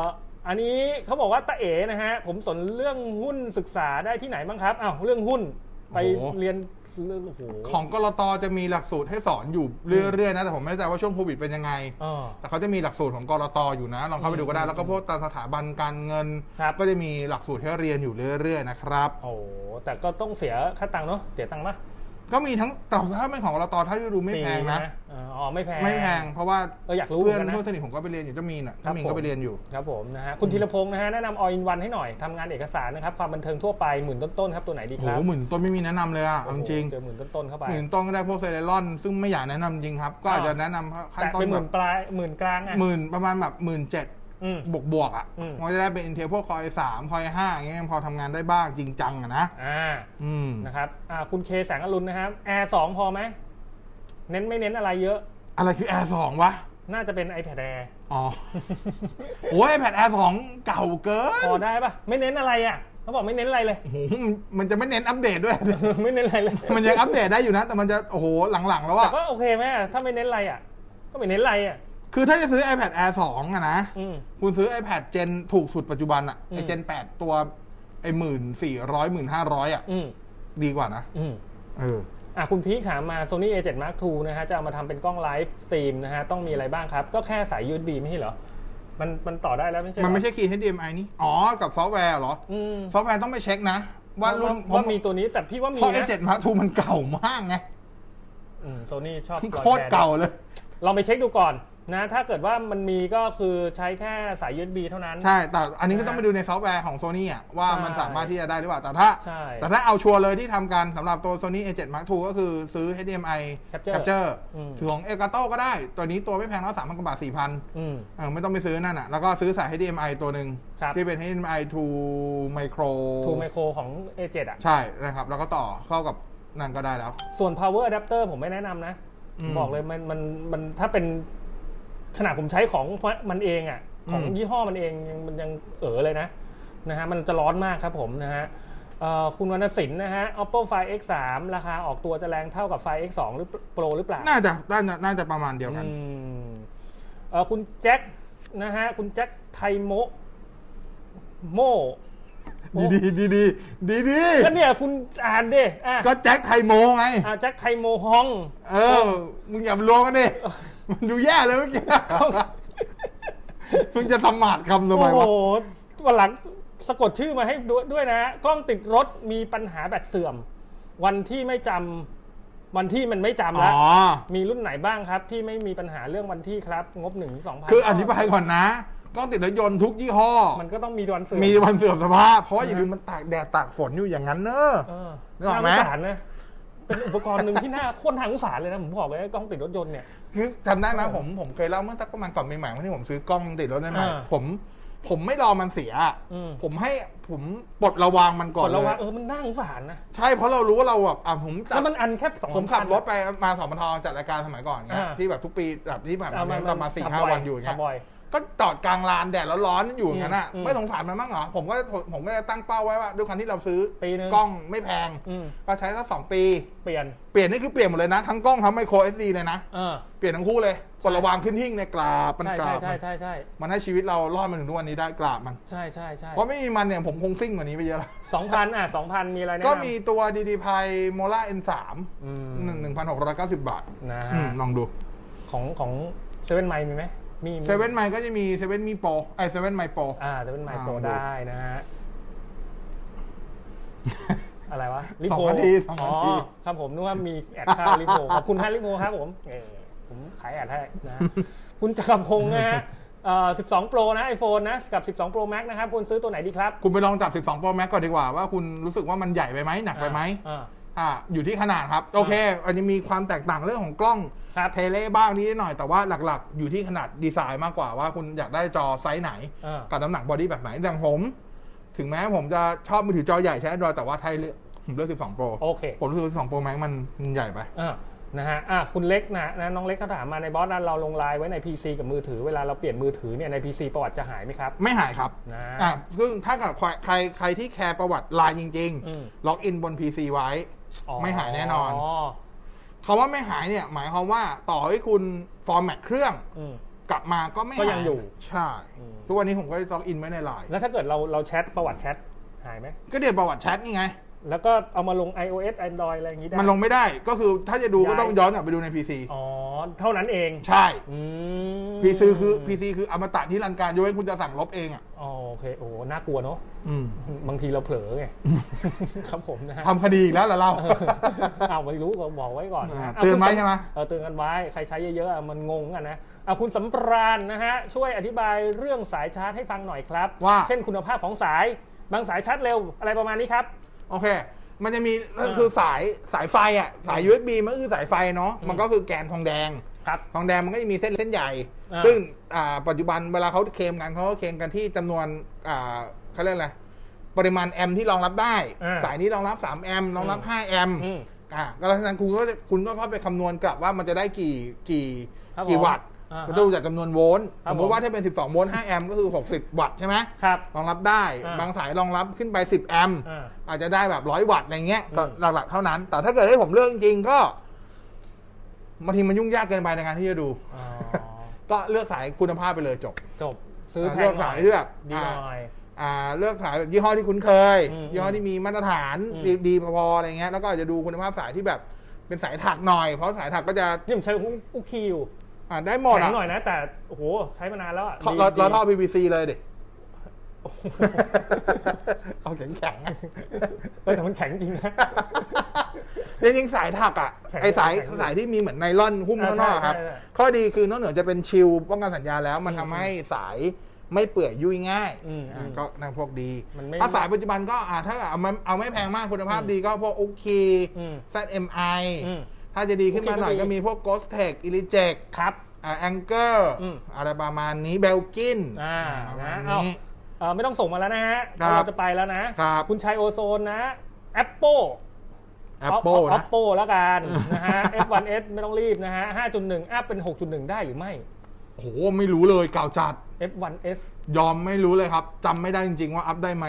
[SPEAKER 4] า
[SPEAKER 3] ออันนี้เขาบอกว่าตาเอ๋นะฮะ ผมสนเรื่องหุ้นศึกษาได้ที่ไหนบ้างครับอ้าวเรื่องหุ้นไปเรียนเรื่องโอ้โห
[SPEAKER 4] ของกรตจะมีหลักสูตรให้สอนอยู่เรื่อยๆนะแต่ผมไม่แน่ใจว่าช่วงโควิดเป็นยังไง
[SPEAKER 3] เออ
[SPEAKER 4] แต่เขาจะมีหลักสูตรของกรตอยู่นะ ลองเข้าไปดูก็ได้ แล้วก็พวกตามสถาบันการเงิน
[SPEAKER 3] ครับ
[SPEAKER 4] ก็จะมีหลักสูตรให้เรียนอยู่เรื่อยๆนะครับ
[SPEAKER 3] โอ้โหแต่ก็ต้องเสียค่าตังค์เนาะเสียตังค์ปะ
[SPEAKER 4] ก็มีทั้งแต่ถ้าเป็นของกรตถ้าที่ดูไม่แพงนะ
[SPEAKER 3] ปีเอออ๋อไม่แพง
[SPEAKER 4] ไม่แพง เพราะว่า
[SPEAKER 3] เอออยากรู้เหมื
[SPEAKER 4] เพื่
[SPEAKER 3] อ
[SPEAKER 4] อน
[SPEAKER 3] นกันนะ
[SPEAKER 4] เพื่อนสนิทผมก็ไปเรียนอยู่เจ้ามีนอ่ะเจ้ามีนก็ไปเรียนอยู่
[SPEAKER 3] ครับผมนะฮะคุณธีรพงศ์นะฮะแนะนำออินวันให้หน่อยทำงานเอกสารนะครับความบันเทิงทั่วไปหมื่นต้นๆครับตัวไหนดี
[SPEAKER 4] โอ้
[SPEAKER 3] ค
[SPEAKER 4] โห
[SPEAKER 3] รับ
[SPEAKER 4] หมื่นต้นไม่มีแนะนำเลยอ่ะ
[SPEAKER 3] โอ้
[SPEAKER 4] เอา
[SPEAKER 3] โห
[SPEAKER 4] จริง
[SPEAKER 3] เจอหมื่นต้นๆเข้าไป
[SPEAKER 4] หมื่นต้นก็ได้พวกเซเลรอน ซึ่งไม่อยากแนะนำจริงครับ ก็อาจ
[SPEAKER 3] อ่า
[SPEAKER 4] จะแนะนำขั้น
[SPEAKER 3] แต่
[SPEAKER 4] ต้
[SPEAKER 3] เป็น
[SPEAKER 4] น
[SPEAKER 3] ห
[SPEAKER 4] แบ
[SPEAKER 3] มื่
[SPEAKER 4] บ
[SPEAKER 3] นปลายหมื่นกลางอ่ะ
[SPEAKER 4] หมื่นประมาณแบบหมื่นเจ็ด
[SPEAKER 3] อืม
[SPEAKER 4] บวกบวกๆอ่ะ
[SPEAKER 3] อืม
[SPEAKER 4] มันจะได้เป็นอินเทลพวกคอยสามคอยห้าอย่างเงี้ยยังพอทำงานได้บ้างจริงจังอ่ะนะ
[SPEAKER 3] อ่า
[SPEAKER 4] อืม
[SPEAKER 3] นะครับอ่าคุณเคแสงอรุณนะครับ Air 2 พอไหม เน้นไม่เน้นอะไรเยอะ
[SPEAKER 4] อะไรคือ Air 2วะ
[SPEAKER 3] น่าจะเป็น iPad Air
[SPEAKER 4] อ๋อ โอ้ย iPad Air 2 เก่าเกิน
[SPEAKER 3] พอได้ปะไม่เน้นอะไรอ่ะ เขาบอกไม่เน้นอะไรเลย
[SPEAKER 4] โอ้โหมันมันจะไม่เน้นอัปเดตด้วย
[SPEAKER 3] ไม่เน้นอะไรเลย
[SPEAKER 4] มันยังอัปเดตได้อยู่นะ แต่มันจะโอ้โหหลังๆแล้ว
[SPEAKER 3] แต่
[SPEAKER 4] อะ
[SPEAKER 3] ก็โอเคไหมอะถ้าไม่เน้นอะไรอ่ะ ก็ไม่เน้นอะไรอ่ะ
[SPEAKER 4] คือถ้าจะซื้อ iPad Air 2อะนะ
[SPEAKER 3] อืม
[SPEAKER 4] คุณซื้อ iPad เจนถูกสุดปัจจุบันอะ
[SPEAKER 3] อืม
[SPEAKER 4] ไอเจนแปดตัวไอหมื่นสี่ร้อยหมื่นห้าร้อยอะ
[SPEAKER 3] อืม
[SPEAKER 4] ดีกว่านะ
[SPEAKER 3] อืม
[SPEAKER 4] เออ
[SPEAKER 3] อ่ะคุณพีคถามมา Sony A7 Mark II นะฮะ จะเอามาทำเป็นกล้องไลฟ์สตรีมนะฮะ ต้องมีอะไรบ้างครับ ก็แค่สาย USB ไม่ใช่เหรอ มันมันต่อได้แล้วไม่ใช่เหรอ
[SPEAKER 4] มันไม่ใช่คีย์ HDMI นี่ อ๋อ กับซอฟต์แวร์เหรอ
[SPEAKER 3] อืม
[SPEAKER 4] ซอฟต์แวร์ต้องไปเช็คนะ ว่ารุ่น
[SPEAKER 3] เพราะมีตัวนี้แต่พี่ว่ามี
[SPEAKER 4] เพราะไอ
[SPEAKER 3] นะ
[SPEAKER 4] เจ็ดมาทูมันเก่ามากไง
[SPEAKER 3] โซนี่ชอบ
[SPEAKER 4] โคตรเก่าเลย
[SPEAKER 3] ลองไปเช็คดูก่อนนะ ถ้าเกิดว่ามันมีก็คือใช้แค่สาย USB เท่านั้น
[SPEAKER 4] ใช่ แต่อันนี้ก็ต้องไปดูในซอฟต์แวร์ของโซนี่อ่ะ ว่า
[SPEAKER 3] ใช่
[SPEAKER 4] มันสามารถที่จะได้หรือเปล่า แต่ถ้า
[SPEAKER 3] ใช่
[SPEAKER 4] แต่ถ้าเอาชัวร์เลยที่ทำกันสำหรับตัว Sony A7 Mark II ก็คือซื้อ HDMI
[SPEAKER 3] Capture อืม
[SPEAKER 4] ถือของเอกาโต้ก็ได้ ตัวนี้ตัวไม่แพงแล้วสามพันกว่าบาทสี่พัน
[SPEAKER 3] อืม
[SPEAKER 4] ไม่ต้องไปซื้อนั่นอ่ะ แล้วก็ซื้อสาย HDMI ตัวหนึ่ง
[SPEAKER 3] ครับ
[SPEAKER 4] ที่เป็น HDMI to micro
[SPEAKER 3] ทูไมโครของ A7 อ่ะ
[SPEAKER 4] ใช่นะครับ แล้วก็ต่อเข้ากับนั่นก็ได้แล้ว
[SPEAKER 3] ส่วน power adapter ผมไม่แนะนำนะ
[SPEAKER 4] อืม
[SPEAKER 3] บอกเลยมันมันมันถ้าเป็นขนาดผมใช้ของมันเองอะ่ะ ของ
[SPEAKER 4] อืม
[SPEAKER 3] ยี่ห้อมันเองยังมันยังเอ๋อเลยนะนะฮะมันจะร้อนมากครับผมนะฮะเอ่อคุณวรรณสินนะฮะ oppo find x 3ราคาออกตัวจะแรงเท่ากับ find x 2หรือ pro หรือเปล่า
[SPEAKER 4] น่าจะน่าจะน่าจะประมาณเดียวกัน
[SPEAKER 3] อืมเอ่อคุณแจ็คนะฮะ คุณแจ็คไทโมโม
[SPEAKER 4] ดีดีดีดีดีดี
[SPEAKER 3] ก็เนี่ยคุณอ่านดิอ่ะ
[SPEAKER 4] ก็แจ็คไทโมไง
[SPEAKER 3] อ่ะแจ็คไทโมฮอง
[SPEAKER 4] เออ มึงอย่ามาล้วงกันดิ มันดูแย่เลยเมื่อกี้ มึงจะสมาดคำทำไม
[SPEAKER 3] โอ้
[SPEAKER 4] วะ
[SPEAKER 3] โหวันหลังสะกดชื่อมาให้ด้วยด้วยนะ กล้องติดรถมีปัญหาแบตเสื่อม วันที่ไม่จำวันที่มันไม่จำ
[SPEAKER 4] อ๋
[SPEAKER 3] แล้ว
[SPEAKER 4] อ
[SPEAKER 3] มีรุ่นไหนบ้างครับ ที่ไม่มีปัญหาเรื่องวันที่ครับ งบหนึ่งสองพัน
[SPEAKER 4] คืออธิบายก่อนนะกล้องติดรถยนต์ทุกยี่ห้อ
[SPEAKER 3] มันก็ต้องมีวันเสื่อม
[SPEAKER 4] มีวันเสื่อมสภาพ เพราะว่าอย่าลืมมันตากแดดตากฝนอยู่อย่างนั้นเนอะ
[SPEAKER 3] เออ
[SPEAKER 4] นึกออก
[SPEAKER 3] น่า
[SPEAKER 4] ไหม
[SPEAKER 3] สงสารนะ เป็นอุปกรณ์หนึ่งที่น่าโค้นทางสงสารเลยนะ ผมบอกเลยกล้องติดรถยนต์เนี่ย
[SPEAKER 4] คือจำได้ไหมผมผมเคยเล่าเมื่อสักประมาณก่อนใหม่ๆวันที่ผมซื้อกล้องติดรถใหม่
[SPEAKER 3] อ่า
[SPEAKER 4] ๆผม ผมไม่รอมันเสีย
[SPEAKER 3] อืม
[SPEAKER 4] ผมให้ผมปลดระวางมันก่อ
[SPEAKER 3] ก
[SPEAKER 4] น
[SPEAKER 3] ด
[SPEAKER 4] เล
[SPEAKER 3] แล้วว่าย เออมันน่าสงสารนะ
[SPEAKER 4] ใช่เพราะเรารู้ว่าเราแบบอ่ะผมจั
[SPEAKER 3] แล้
[SPEAKER 4] บ
[SPEAKER 3] วมันอันแค่สอง
[SPEAKER 4] ผมขับ
[SPEAKER 3] คัน
[SPEAKER 4] รถไปมาสมทจัดรายการสมัยก่อนเงี้ย
[SPEAKER 3] อ่า
[SPEAKER 4] ที่แบบทุกปีแบบที่แบบ
[SPEAKER 3] เอ
[SPEAKER 4] เนี้ย
[SPEAKER 3] น
[SPEAKER 4] ประมาณสี่
[SPEAKER 3] ขับ
[SPEAKER 4] ห้า
[SPEAKER 3] บ่
[SPEAKER 4] วันอยู่อย่าง
[SPEAKER 3] ขั
[SPEAKER 4] เงี้
[SPEAKER 3] บ
[SPEAKER 4] ย
[SPEAKER 3] บ่อย
[SPEAKER 4] ก็จอดกลางลานแดดร้อนๆอยู่อย่างนั้นอ่ะ
[SPEAKER 3] อืมอืม
[SPEAKER 4] ไม่สงสารมันบ้างเหรอผมก็ผมก็ตั้งเป้าไว้ว่าด้วยความที่เราซื้อ
[SPEAKER 3] ปีหนึ่ง
[SPEAKER 4] กล้องไม่แพง
[SPEAKER 3] อืม
[SPEAKER 4] ก็ใช้สักสองปี
[SPEAKER 3] เปลี่ยน
[SPEAKER 4] เปลี่ยนนี่คือเปลี่ยนหมดเลยนะ ทั้งกล้องทั้งไมโครเอสดีเลยนะ
[SPEAKER 3] เออ
[SPEAKER 4] เปลี่ยนทั้งคู่เลยกดระวางขึ้นหิ้งในยกราบมัน
[SPEAKER 3] ใช่
[SPEAKER 4] กรา
[SPEAKER 3] ใช่
[SPEAKER 4] บ
[SPEAKER 3] ใช่ใช่ใช่
[SPEAKER 4] มันให้ชีวิตเรารอดมาถึงทุกวันนี้ได้กราบมัน
[SPEAKER 3] ใช่ใช่ใช่
[SPEAKER 4] เพราะไม่มีมันเนี่ยผมคงซิ่งกว่านี้ไปเยอะแล้ว
[SPEAKER 3] สองพันอ่ะสองพันมีอะไรแนะนำ
[SPEAKER 4] ก็มีตัวดีดีไพโมล่าเอ็นสาม
[SPEAKER 3] อืม
[SPEAKER 4] หนึ่งหนึ่งพันหกร้อยเก้าสิบบาท
[SPEAKER 3] นะ
[SPEAKER 4] อื
[SPEAKER 3] ฮะ
[SPEAKER 4] มลองดู
[SPEAKER 3] ของของเซเว่นไมมีไหมมีมี
[SPEAKER 4] เซเว่นไมก็จะมีเซเว่นมีโปรไอเซเว่นไมโปร
[SPEAKER 3] อ่าเซเว่นไม
[SPEAKER 4] อ่า
[SPEAKER 3] โปร
[SPEAKER 4] ลองดู
[SPEAKER 3] ได้นะ ฮะ อะไรวะลิ
[SPEAKER 4] ส
[SPEAKER 3] โพ
[SPEAKER 4] องนาทีสอง
[SPEAKER 3] อ๋
[SPEAKER 4] นา
[SPEAKER 3] อ
[SPEAKER 4] ที
[SPEAKER 3] ครับผมนึกว่ามีแอด ค่าลิโพขอบคุณฮะลิโพครับผมเออผมขายแอดให้ นะฮะคุณจักรพงศ์นะฮะเอ่อ12 Pro นะ iPhone นะ กับ 12 Pro Max นะครับคุณซื้อตัวไหนดีครับ
[SPEAKER 4] คุณไปลองจับ 12 Pro Max ก่อนดีกว่าว่าคุณรู้สึกว่ามันใหญ่ไปไหมหนักไปไหม
[SPEAKER 3] อ่า
[SPEAKER 4] อ่าอยู่ที่ขนาดครับ โอเคอาจจะมีความแตกต่างเรื่องของกล้อง
[SPEAKER 3] ครับ
[SPEAKER 4] เทเลบ้างนิดหน่อยแต่ว่าหลักๆ อยู่ที่ขนาดดีไซน์มากกว่าว่าคุณอยากได้จอไซส์ไหน
[SPEAKER 3] อ่า
[SPEAKER 4] กับน้ำหนักบอดี้แบบไหนอย่างผม ถึงแม้ผมจะชอบมือถือจอใหญ่ใช้ Android แต่ว่าไทยเลือกผมเลือก 12 Pro
[SPEAKER 3] โอเค
[SPEAKER 4] ผมรู้สึกว่า12 Pro Max มันมันใหญ่ไป
[SPEAKER 3] อ่ะนะฮะอ่ะคุณเล็กนะนะน้องเล็กเขาถามมาในบอสนั้นเราลงไลน์ไว้ใน PC กับมือถือเวลาเราเปลี่ยนมือถือเนี่ยใน PC ประวัติจะหายไหมครับ
[SPEAKER 4] ไม่หายครับ
[SPEAKER 3] นะ
[SPEAKER 4] อ่ะซึ่งถ้าเกิดใครใครใครที่แคร์ประวัติไลน์จริง
[SPEAKER 3] อืม
[SPEAKER 4] ๆ ล็อกอินบน PC ไว้
[SPEAKER 3] อ๋อ
[SPEAKER 4] ไม่หายแน่นอน
[SPEAKER 3] อ
[SPEAKER 4] คำว่าไม่หายเนี่ย หมายความว่าต่อให้คุณฟอร์แมตเครื่อง
[SPEAKER 3] อืม
[SPEAKER 4] กลับมาก็ไม่หา
[SPEAKER 3] ก็ยังอยู่
[SPEAKER 4] ใช่
[SPEAKER 3] อืม
[SPEAKER 4] ทุกวันนี้ผมก็ล็อกอินไว้ในไลน์
[SPEAKER 3] แล้วถ้าเกิดเราเราแชทประวัติแชทหายไหม
[SPEAKER 4] ก็เดี๋ยวประวัติแชทนี่ไง
[SPEAKER 3] แล้วก็เอามาลง iOS Android อะไรอย่างนี้ได้
[SPEAKER 4] มันลงไม่ได้ก็คือถ้าจะดูก็
[SPEAKER 3] ย้าย
[SPEAKER 4] ต้องย้อนกลับไปดูใน PC
[SPEAKER 3] อ๋อ เท่านั้นเอง
[SPEAKER 4] ใช่
[SPEAKER 3] อืม
[SPEAKER 4] พีซีคือ PC คืออมตะที่รันการยกเว้นคุณจะสั่งลบเองอ่ะ
[SPEAKER 3] อ๋อโอเคโอ้โหน่ากลัวเนาะบางทีเราเผลอไง ครับผมนะฮะ
[SPEAKER 4] ทำคดีอีกแล้วเหรอเรา
[SPEAKER 3] เออเอาไม่รู้ก็บอกไว้ก่อนนะ
[SPEAKER 4] อ่าเตือนไว้
[SPEAKER 3] าคุณ
[SPEAKER 4] ใช่ไหม
[SPEAKER 3] เออเตือนกันไว้ใครใช้เยอะๆอ่ะมันงงกันนะเอาคุณสำราญนะฮะ ช่วยอธิบายเรื่องสายชาร์จให้ฟังหน่อยครับ
[SPEAKER 4] ว่า
[SPEAKER 3] เช่นคุณภาพของสาย บางสายชาร์จเร็วอะไรประมาณนี้ครับ
[SPEAKER 4] โอเค มันจะมีก็คือสายสายไฟอ่ะสาย USB มันก็คือสายไฟเนาะมันก็คือแกนทองแดง
[SPEAKER 3] ครับ
[SPEAKER 4] ทองแดงมันก็จะมีเส้นเส้นใหญ่
[SPEAKER 3] อ่า
[SPEAKER 4] ซึ่งอ่าปัจจุบันเวลาเขาเคลมกันเขาก็เคลมกันที่จำนวนอ่าเขาเรียกอะไร ปริมาณแอมที่รองรับได้
[SPEAKER 3] อ่า
[SPEAKER 4] สายนี้รองรับ3แอมรองรับ5แอม
[SPEAKER 3] อืม
[SPEAKER 4] อ่าก็แล้วฉะนั้นคุณก็จะคุณก็เข้าไปคำนวณกลับว่ามันจะได้กี่กี่
[SPEAKER 3] ครับ
[SPEAKER 4] กี่
[SPEAKER 3] ผม
[SPEAKER 4] วัตต์
[SPEAKER 3] อ่าฮะ
[SPEAKER 4] ก็ดูจากจำนวนโวลต์
[SPEAKER 3] ครับ
[SPEAKER 4] สมมติว่า
[SPEAKER 3] ผม
[SPEAKER 4] ถ้าเป็น 12 โวลต์5แอมป์ก็คือ 60 วัตต์ใช่ไหม
[SPEAKER 3] ครับ
[SPEAKER 4] รองรับได้
[SPEAKER 3] อ่า
[SPEAKER 4] บางสายรองรับขึ้นไป 10 แอมป์
[SPEAKER 3] อ่า
[SPEAKER 4] อาจจะได้แบบ 100 วัตต์อะไรเงี้ยก็
[SPEAKER 3] อืม
[SPEAKER 4] หลักๆเท่านั้น แต่ถ้าเกิดให้ผมเลือกจริงๆก็บางทีมันยุ่งยากเกินไปในการที่จะดู
[SPEAKER 3] อ๋อ
[SPEAKER 4] ก็เลือกสายคุณภาพไปเลยจบ
[SPEAKER 3] จบซื้อ
[SPEAKER 4] อ่าเลือก
[SPEAKER 3] แพงหน่
[SPEAKER 4] สา
[SPEAKER 3] อย
[SPEAKER 4] ยเลือก
[SPEAKER 3] ดีห
[SPEAKER 4] อ่า
[SPEAKER 3] น่อย
[SPEAKER 4] อ่าเลือกสายแบบยี่ห้อที่คุ้นเคย
[SPEAKER 3] อืม
[SPEAKER 4] ยี่ห้อที่มีมาตรฐาน
[SPEAKER 3] อืม
[SPEAKER 4] ดีดีพอๆอะไรเงี้ยแล้วก็อาจจะดูคุณภาพสายที่แบบเป็นสายถักหน่อย เพราะสายถักก็จะ
[SPEAKER 3] นี่ผมใช้ของอุกคีอยู่
[SPEAKER 4] อ่าได้หมด
[SPEAKER 3] แข็
[SPEAKER 4] อ่ะ
[SPEAKER 3] งหน่อยนะ แต่โอ้โหใช้มานานแล้วอ่ะ
[SPEAKER 4] ท่อ
[SPEAKER 3] ดี
[SPEAKER 4] เรา
[SPEAKER 3] ดี
[SPEAKER 4] เราท่อ PVC เลย ดิ
[SPEAKER 3] โอ้โห
[SPEAKER 4] เอาแข็งแข็งๆอะ
[SPEAKER 3] เออแต่มันแข็งจริงนะ
[SPEAKER 4] จริงๆสายถักอ่ะ
[SPEAKER 3] แข็ง
[SPEAKER 4] ไอสาย
[SPEAKER 3] แข็งอยู่
[SPEAKER 4] สายที่มีเหมือนไนล่อนหุ้มข้างนอก
[SPEAKER 3] อ่าใช่
[SPEAKER 4] อะครับ
[SPEAKER 3] ใช่ใช่
[SPEAKER 4] ข้อดีคือนอกเหนือจะเป็นชิลป้องกันสัญญาณแล้ว มัน
[SPEAKER 3] อืม
[SPEAKER 4] ทำให้สายไม่เปื่อยยุ่ยง่าย
[SPEAKER 3] อืม
[SPEAKER 4] อ่า
[SPEAKER 3] อืม
[SPEAKER 4] ก็นั่งพวกดี
[SPEAKER 3] มันไม่
[SPEAKER 4] ถ้าสายปัจจุบันก็อ่าถ้าเอาไม่เอาไม่แพงมากคุณภาพดีก็พวกโอเค
[SPEAKER 3] อืม
[SPEAKER 4] ZMI
[SPEAKER 3] อืม
[SPEAKER 4] ถ้าจะดีขึ้นมาหน่อย
[SPEAKER 3] โอเคก็ดี
[SPEAKER 4] ก็มีพวก Ghost Tech Eliject
[SPEAKER 3] ครับ
[SPEAKER 4] อ่า Anchor
[SPEAKER 3] อืม
[SPEAKER 4] อะไรประมาณนี้เบลกิน
[SPEAKER 3] อ่า
[SPEAKER 4] ประมา
[SPEAKER 3] นะ
[SPEAKER 4] ณ
[SPEAKER 3] เอา
[SPEAKER 4] นี้
[SPEAKER 3] เอ่อไม่ต้องส่งมาแล้วนะฮะ
[SPEAKER 4] ครับ
[SPEAKER 3] เราจะไปแล้วนะครับ ณชัยโอโซนนะ Apple
[SPEAKER 4] Apple
[SPEAKER 3] นะ
[SPEAKER 4] นะ
[SPEAKER 3] Apple แล้วกันนะฮะ F1S ไม่ต้องรีบนะฮะ 5.1อัพเป็น 6.1 ได้หรือไม่
[SPEAKER 4] โอ้โห ไม่รู้เลยเก่าจัด
[SPEAKER 3] F1S
[SPEAKER 4] ยอมไม่รู้เลยครับจำไม่ได้จริง ๆ ว่าอัพได้ไหม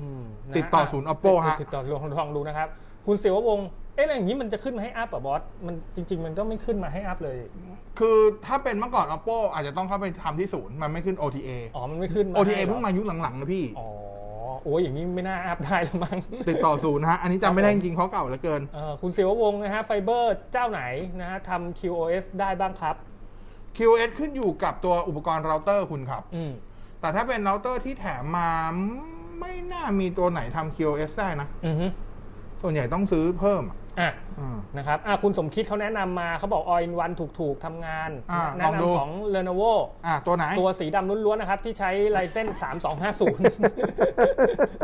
[SPEAKER 3] อืมะ
[SPEAKER 4] ติดต่อศูนย์ Apple ฮะ
[SPEAKER 3] ติดต่อลองลองดูนะครับ คุณเสียววงศ์เอ๊ะอะไรอย่างนี้มันจะขึ้นมาให้อัพเหรอบอส มันจริง ๆ มันก็ไม่ขึ้นมาให้อัพเลย
[SPEAKER 4] คือถ้าเป็นเมื่อก่อน Oppo อาจจะต้องเข้าไปทำที่ศูนย์ มันไม่ขึ้น OTA
[SPEAKER 3] อ๋อ มันไม่ขึ้นมา
[SPEAKER 4] OTA
[SPEAKER 3] ให้หรอ
[SPEAKER 4] เพิ่งมายุคหลังๆนะพี่
[SPEAKER 3] อ๋อ โอ้ยอย่างนี้ไม่น่าอัพได้แล้วมั้ง
[SPEAKER 4] ติดต่อศูนย์นะฮะ อันนี้จำไม่ได้จริงๆเพราะเก่าเหลือเกิน
[SPEAKER 3] เอ่อคุณเสียววงศ์นะฮะไฟเบอร์เจ้าไหนนะฮะทำ QoS ได้บ้างครับ
[SPEAKER 4] QoS ขึ้นอยู่กับตัวอุปกรณ์เราเตอร์คุณครับ
[SPEAKER 3] อืม
[SPEAKER 4] แต่ถ้าเป็นเราเตอร์ที่แถมมาไม่น่ามีตัวไหนทำ QoS ได้นะ
[SPEAKER 3] อือฮึ
[SPEAKER 4] ส่วนใหญ่ต้องซื้อเพิ่มอะ
[SPEAKER 3] อ่ะ
[SPEAKER 4] อืม
[SPEAKER 3] นะครับอ่ะคุณสมคิดเขาแนะนำมาเขาบอกออยนวันถูกๆทำงาน
[SPEAKER 4] อ่ะ
[SPEAKER 3] แนะ
[SPEAKER 4] ลองดู
[SPEAKER 3] นำของ l e n o v o
[SPEAKER 4] อ่ะตัวไหน
[SPEAKER 3] ตัวสีดำล้วนๆนะครับ ที่ใช้ไลเส้น 3250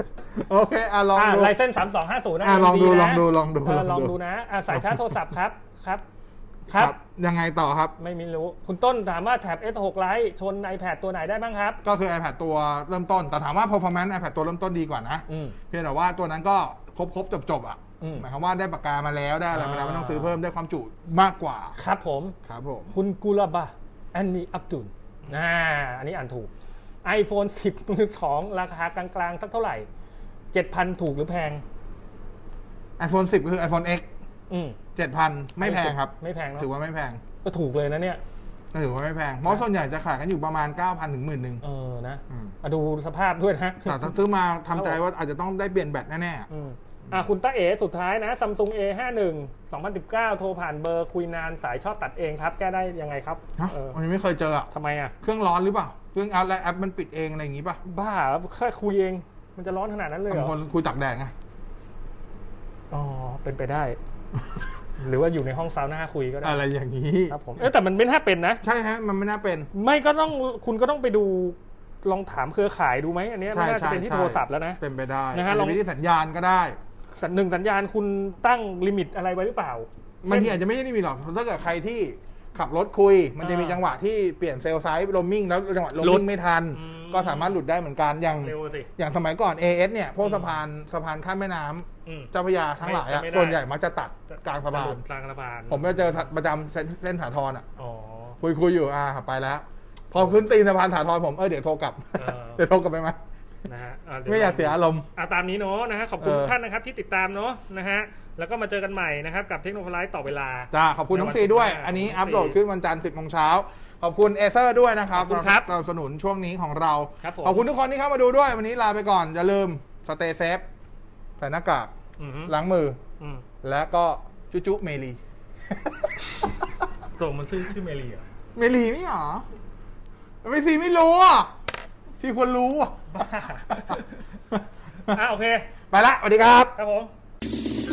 [SPEAKER 4] โอเค อ่ะ ลอง
[SPEAKER 3] อ่ะ
[SPEAKER 4] ดู
[SPEAKER 3] ไลเส้น3250นะ
[SPEAKER 4] อ่ะลองดูล
[SPEAKER 3] นะ
[SPEAKER 4] องดูลองดู
[SPEAKER 3] เล
[SPEAKER 4] องดู
[SPEAKER 3] ลองดูนะอ่ะสายชาร์จโทรศัพท์ครับ ครับ ค
[SPEAKER 4] ค
[SPEAKER 3] รั
[SPEAKER 4] รับ บ ยังไงต่อครับ
[SPEAKER 3] ไม่มีรู้ คุณต้นถามว่าแท็บ S6 Lite ชน iPad ตัวไหนได้บ้างครับ
[SPEAKER 4] ก็คือ iPad ตัวเริ่มต้น แต่ถามว่า performance iPad ตัวเริ่มต้นดีกว่านะ
[SPEAKER 3] อืม
[SPEAKER 4] เพียงแต่ว่าตัวนั้นก็ครบครบจบจบๆอ่ะ
[SPEAKER 3] อืม
[SPEAKER 4] หมายความว่าได้ปากกามาแล้วได้อะไรมาแล้ว
[SPEAKER 3] อ่า
[SPEAKER 4] ไม่ต้องซื้อเพิ่มได้ความจุมากกว่า
[SPEAKER 3] ครับผม
[SPEAKER 4] ครับผม
[SPEAKER 3] คุณกุลบะแอนนีอับดุลนะอันนี้อ่านถูก iPhone 10 มือสองราคากลางๆ สักเท่าไหร่ 7,000 ถูกหรือแพง
[SPEAKER 4] iPhone 10 คือ iPhone X
[SPEAKER 3] อืม
[SPEAKER 4] 7,000 ไม่แพงครับ
[SPEAKER 3] ไม่แพงเนาะ
[SPEAKER 4] ถือว่าไม่แพง
[SPEAKER 3] ก็ถูกเลยนะเนี่ย
[SPEAKER 4] ถือว่าไม่แพง เพราะส่วนใหญ่จะขายกันอยู่ประมาณ 9,000ถึงหมื่นหนึ่ง
[SPEAKER 3] เออนะอะดูสภาพด้วยนะ
[SPEAKER 4] แต่ถ้าซื้อมาทำใจว่าอาจจะต้องได้เปลี่ยนแบตแน่ๆ
[SPEAKER 3] อืมอ่ะคุณตาเอ๋สุดท้ายนะ Samsung A51 2019 โทรผ่านเบอร์คุยนานสายชอบตัดเองครับ แก้ได้ยังไงครับ
[SPEAKER 4] ฮะ
[SPEAKER 3] เออ
[SPEAKER 4] วันนี้ไม่เคยเจออะ
[SPEAKER 3] ทำไมอ่ะ
[SPEAKER 4] เครื่องร้อนหรือเปล่า เครื่องแอปและแอปมันปิดเองอะไรอย่างงี้ป่ะ
[SPEAKER 3] บ้าแค่คุยเอง มันจะร้อนขนาดนั้นเลยเหร
[SPEAKER 4] บางค
[SPEAKER 3] อน
[SPEAKER 4] คุยตักแดดไง
[SPEAKER 3] อ๋อ เป็นไปได้ หรือว่าอยู่ในห้องซาวน่าคุยก็ได้
[SPEAKER 4] อะไรอย่างนี้
[SPEAKER 3] ครับผมเอ้ยแต่มันไม่น่าเป็นนะ
[SPEAKER 4] ใช่ฮะมันไม่น่าเป็น
[SPEAKER 3] ไม่ก็ต้องคุณก็ต้องไปดูลองถามเครือข่ายดูไหมอันเนี้ย
[SPEAKER 4] ใช่
[SPEAKER 3] ไม่น่าจะเป็น
[SPEAKER 4] ใช่
[SPEAKER 3] ที่
[SPEAKER 4] ใช่
[SPEAKER 3] โทรศัพท์แล้วนะ
[SPEAKER 4] เป็นไปได้
[SPEAKER 3] นะฮะ
[SPEAKER 4] อาจ
[SPEAKER 3] ลอ
[SPEAKER 4] จะ
[SPEAKER 3] ง
[SPEAKER 4] ไปที่สัญญาณก็ได้
[SPEAKER 3] สัญหนึ่งสัญญาณคุณตั้งลิมิตอะไรไว้หรือเปล่า
[SPEAKER 4] บางที
[SPEAKER 3] เช่
[SPEAKER 4] อาจจะไม่ได้มีหรอกถ้าเกิดใครที่ขับรถคุย มันจะมี
[SPEAKER 3] อ่า
[SPEAKER 4] จังหวะที่เปลี่ยนเซลล์ไซส์โรมมิ่งแล้วจังหวะโรม
[SPEAKER 3] หลุ
[SPEAKER 4] มิ่
[SPEAKER 3] ด
[SPEAKER 4] งไม่ทัน
[SPEAKER 3] อืม
[SPEAKER 4] ก็สามารถหลุดได้เหมือนกันอย่าง
[SPEAKER 3] เร็วสิ
[SPEAKER 4] อย่างสมัยก่อน AS เนี่ยพวกสะพานสะพานข้ามแม่น้ำ
[SPEAKER 3] อืม
[SPEAKER 4] เจ้าพระยาทั้งหลายอะ
[SPEAKER 3] ไม่ได้
[SPEAKER 4] ส่วนใหญ่มักจะตัดกลางสะพาน
[SPEAKER 3] กลางสะพาน
[SPEAKER 4] ผมไปเจอประจำเส้นเส้นสาทรอะ
[SPEAKER 3] อ๋อ
[SPEAKER 4] คุยคุยอยู่อ่าไปแล้ว พอขึ้นตีนสะพานสาทรผมเออเดี๋ยวโทรกลับ
[SPEAKER 3] เออ
[SPEAKER 4] เดี๋ยวโทรกลับไปไหม
[SPEAKER 3] นะฮะะดี๋ว
[SPEAKER 4] ไม่อยากเสียอารมณ์
[SPEAKER 3] อ่ะตามนี้เนาะนะฮะขอบคุณ
[SPEAKER 4] เออ
[SPEAKER 3] ทุกท่านนะครับที่ติดตามเนาะนะฮะแล้วก็มาเจอกันใหม่นะครับกับเทคโนโลยีต่อเวลา
[SPEAKER 4] จ้า ขอบคุณน้องซีด้วย อันนี้อัปโหลดขึ้นวันจันทร์10โมงเช้า ขอบคุณเอเซอร์ด้วยนะครับ
[SPEAKER 3] ขอบคุณครับ
[SPEAKER 4] สนับสนุนช่วงนี้ของเรา
[SPEAKER 3] ครับผม
[SPEAKER 4] ขอบคุณทุกคนที่เข้ามาดูด้วย วันนี้ลาไปก่อน อย่าลืมสเตย์เซฟใส่หน้ากาก
[SPEAKER 3] อือฮึ
[SPEAKER 4] ล้างมือ
[SPEAKER 3] อืม
[SPEAKER 4] และก็จุจุเมลี
[SPEAKER 3] ส่งมันชื่อชื่อเมลีเหรอ
[SPEAKER 4] เมลีไม่เหรอเมลีไม่รู้อ่ะที่ควรรู้อ่ะ
[SPEAKER 3] บ้า อ่ะโอเค
[SPEAKER 4] ไปละสวัสดีครับ
[SPEAKER 3] ครับผม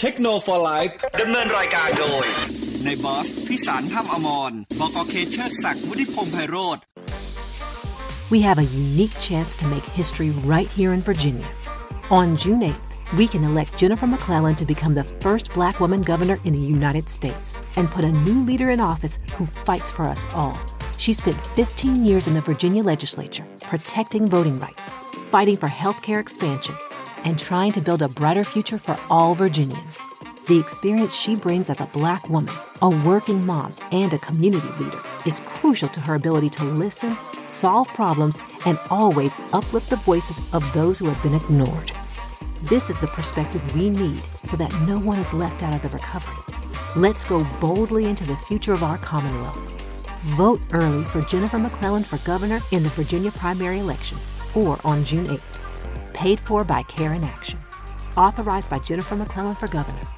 [SPEAKER 1] เทคโนโลยีดำเนินรายการโดย ในบอสพิสารถ้ำอมรบอกอเคเชิดศักดิ์วุฒิพงษ์ไพโรธ
[SPEAKER 2] we have a unique chance to make history right here in Virginia. On June 8th, we can elect Jennifer McClellan to become the first black woman governor in the United States and put a new leader in office who fights for us all. She spent 15 years in the Virginia legislature protecting voting rights, fighting for health care expansion, and trying to build a brighter future for all Virginians. The experience she brings as a black woman, a working mom, and a community leader is crucial to her ability to listen, solve problems, and always uplift the voices of those who have been ignored. This is the perspective we need so that no one is left out of the recovery. Let's go boldly into the future of our Commonwealth. Vote early for Jennifer McClellan for governor in the Virginia primary election or on June 8th. Paid for by Care in Action. Authorized by Jennifer McClellan for governor.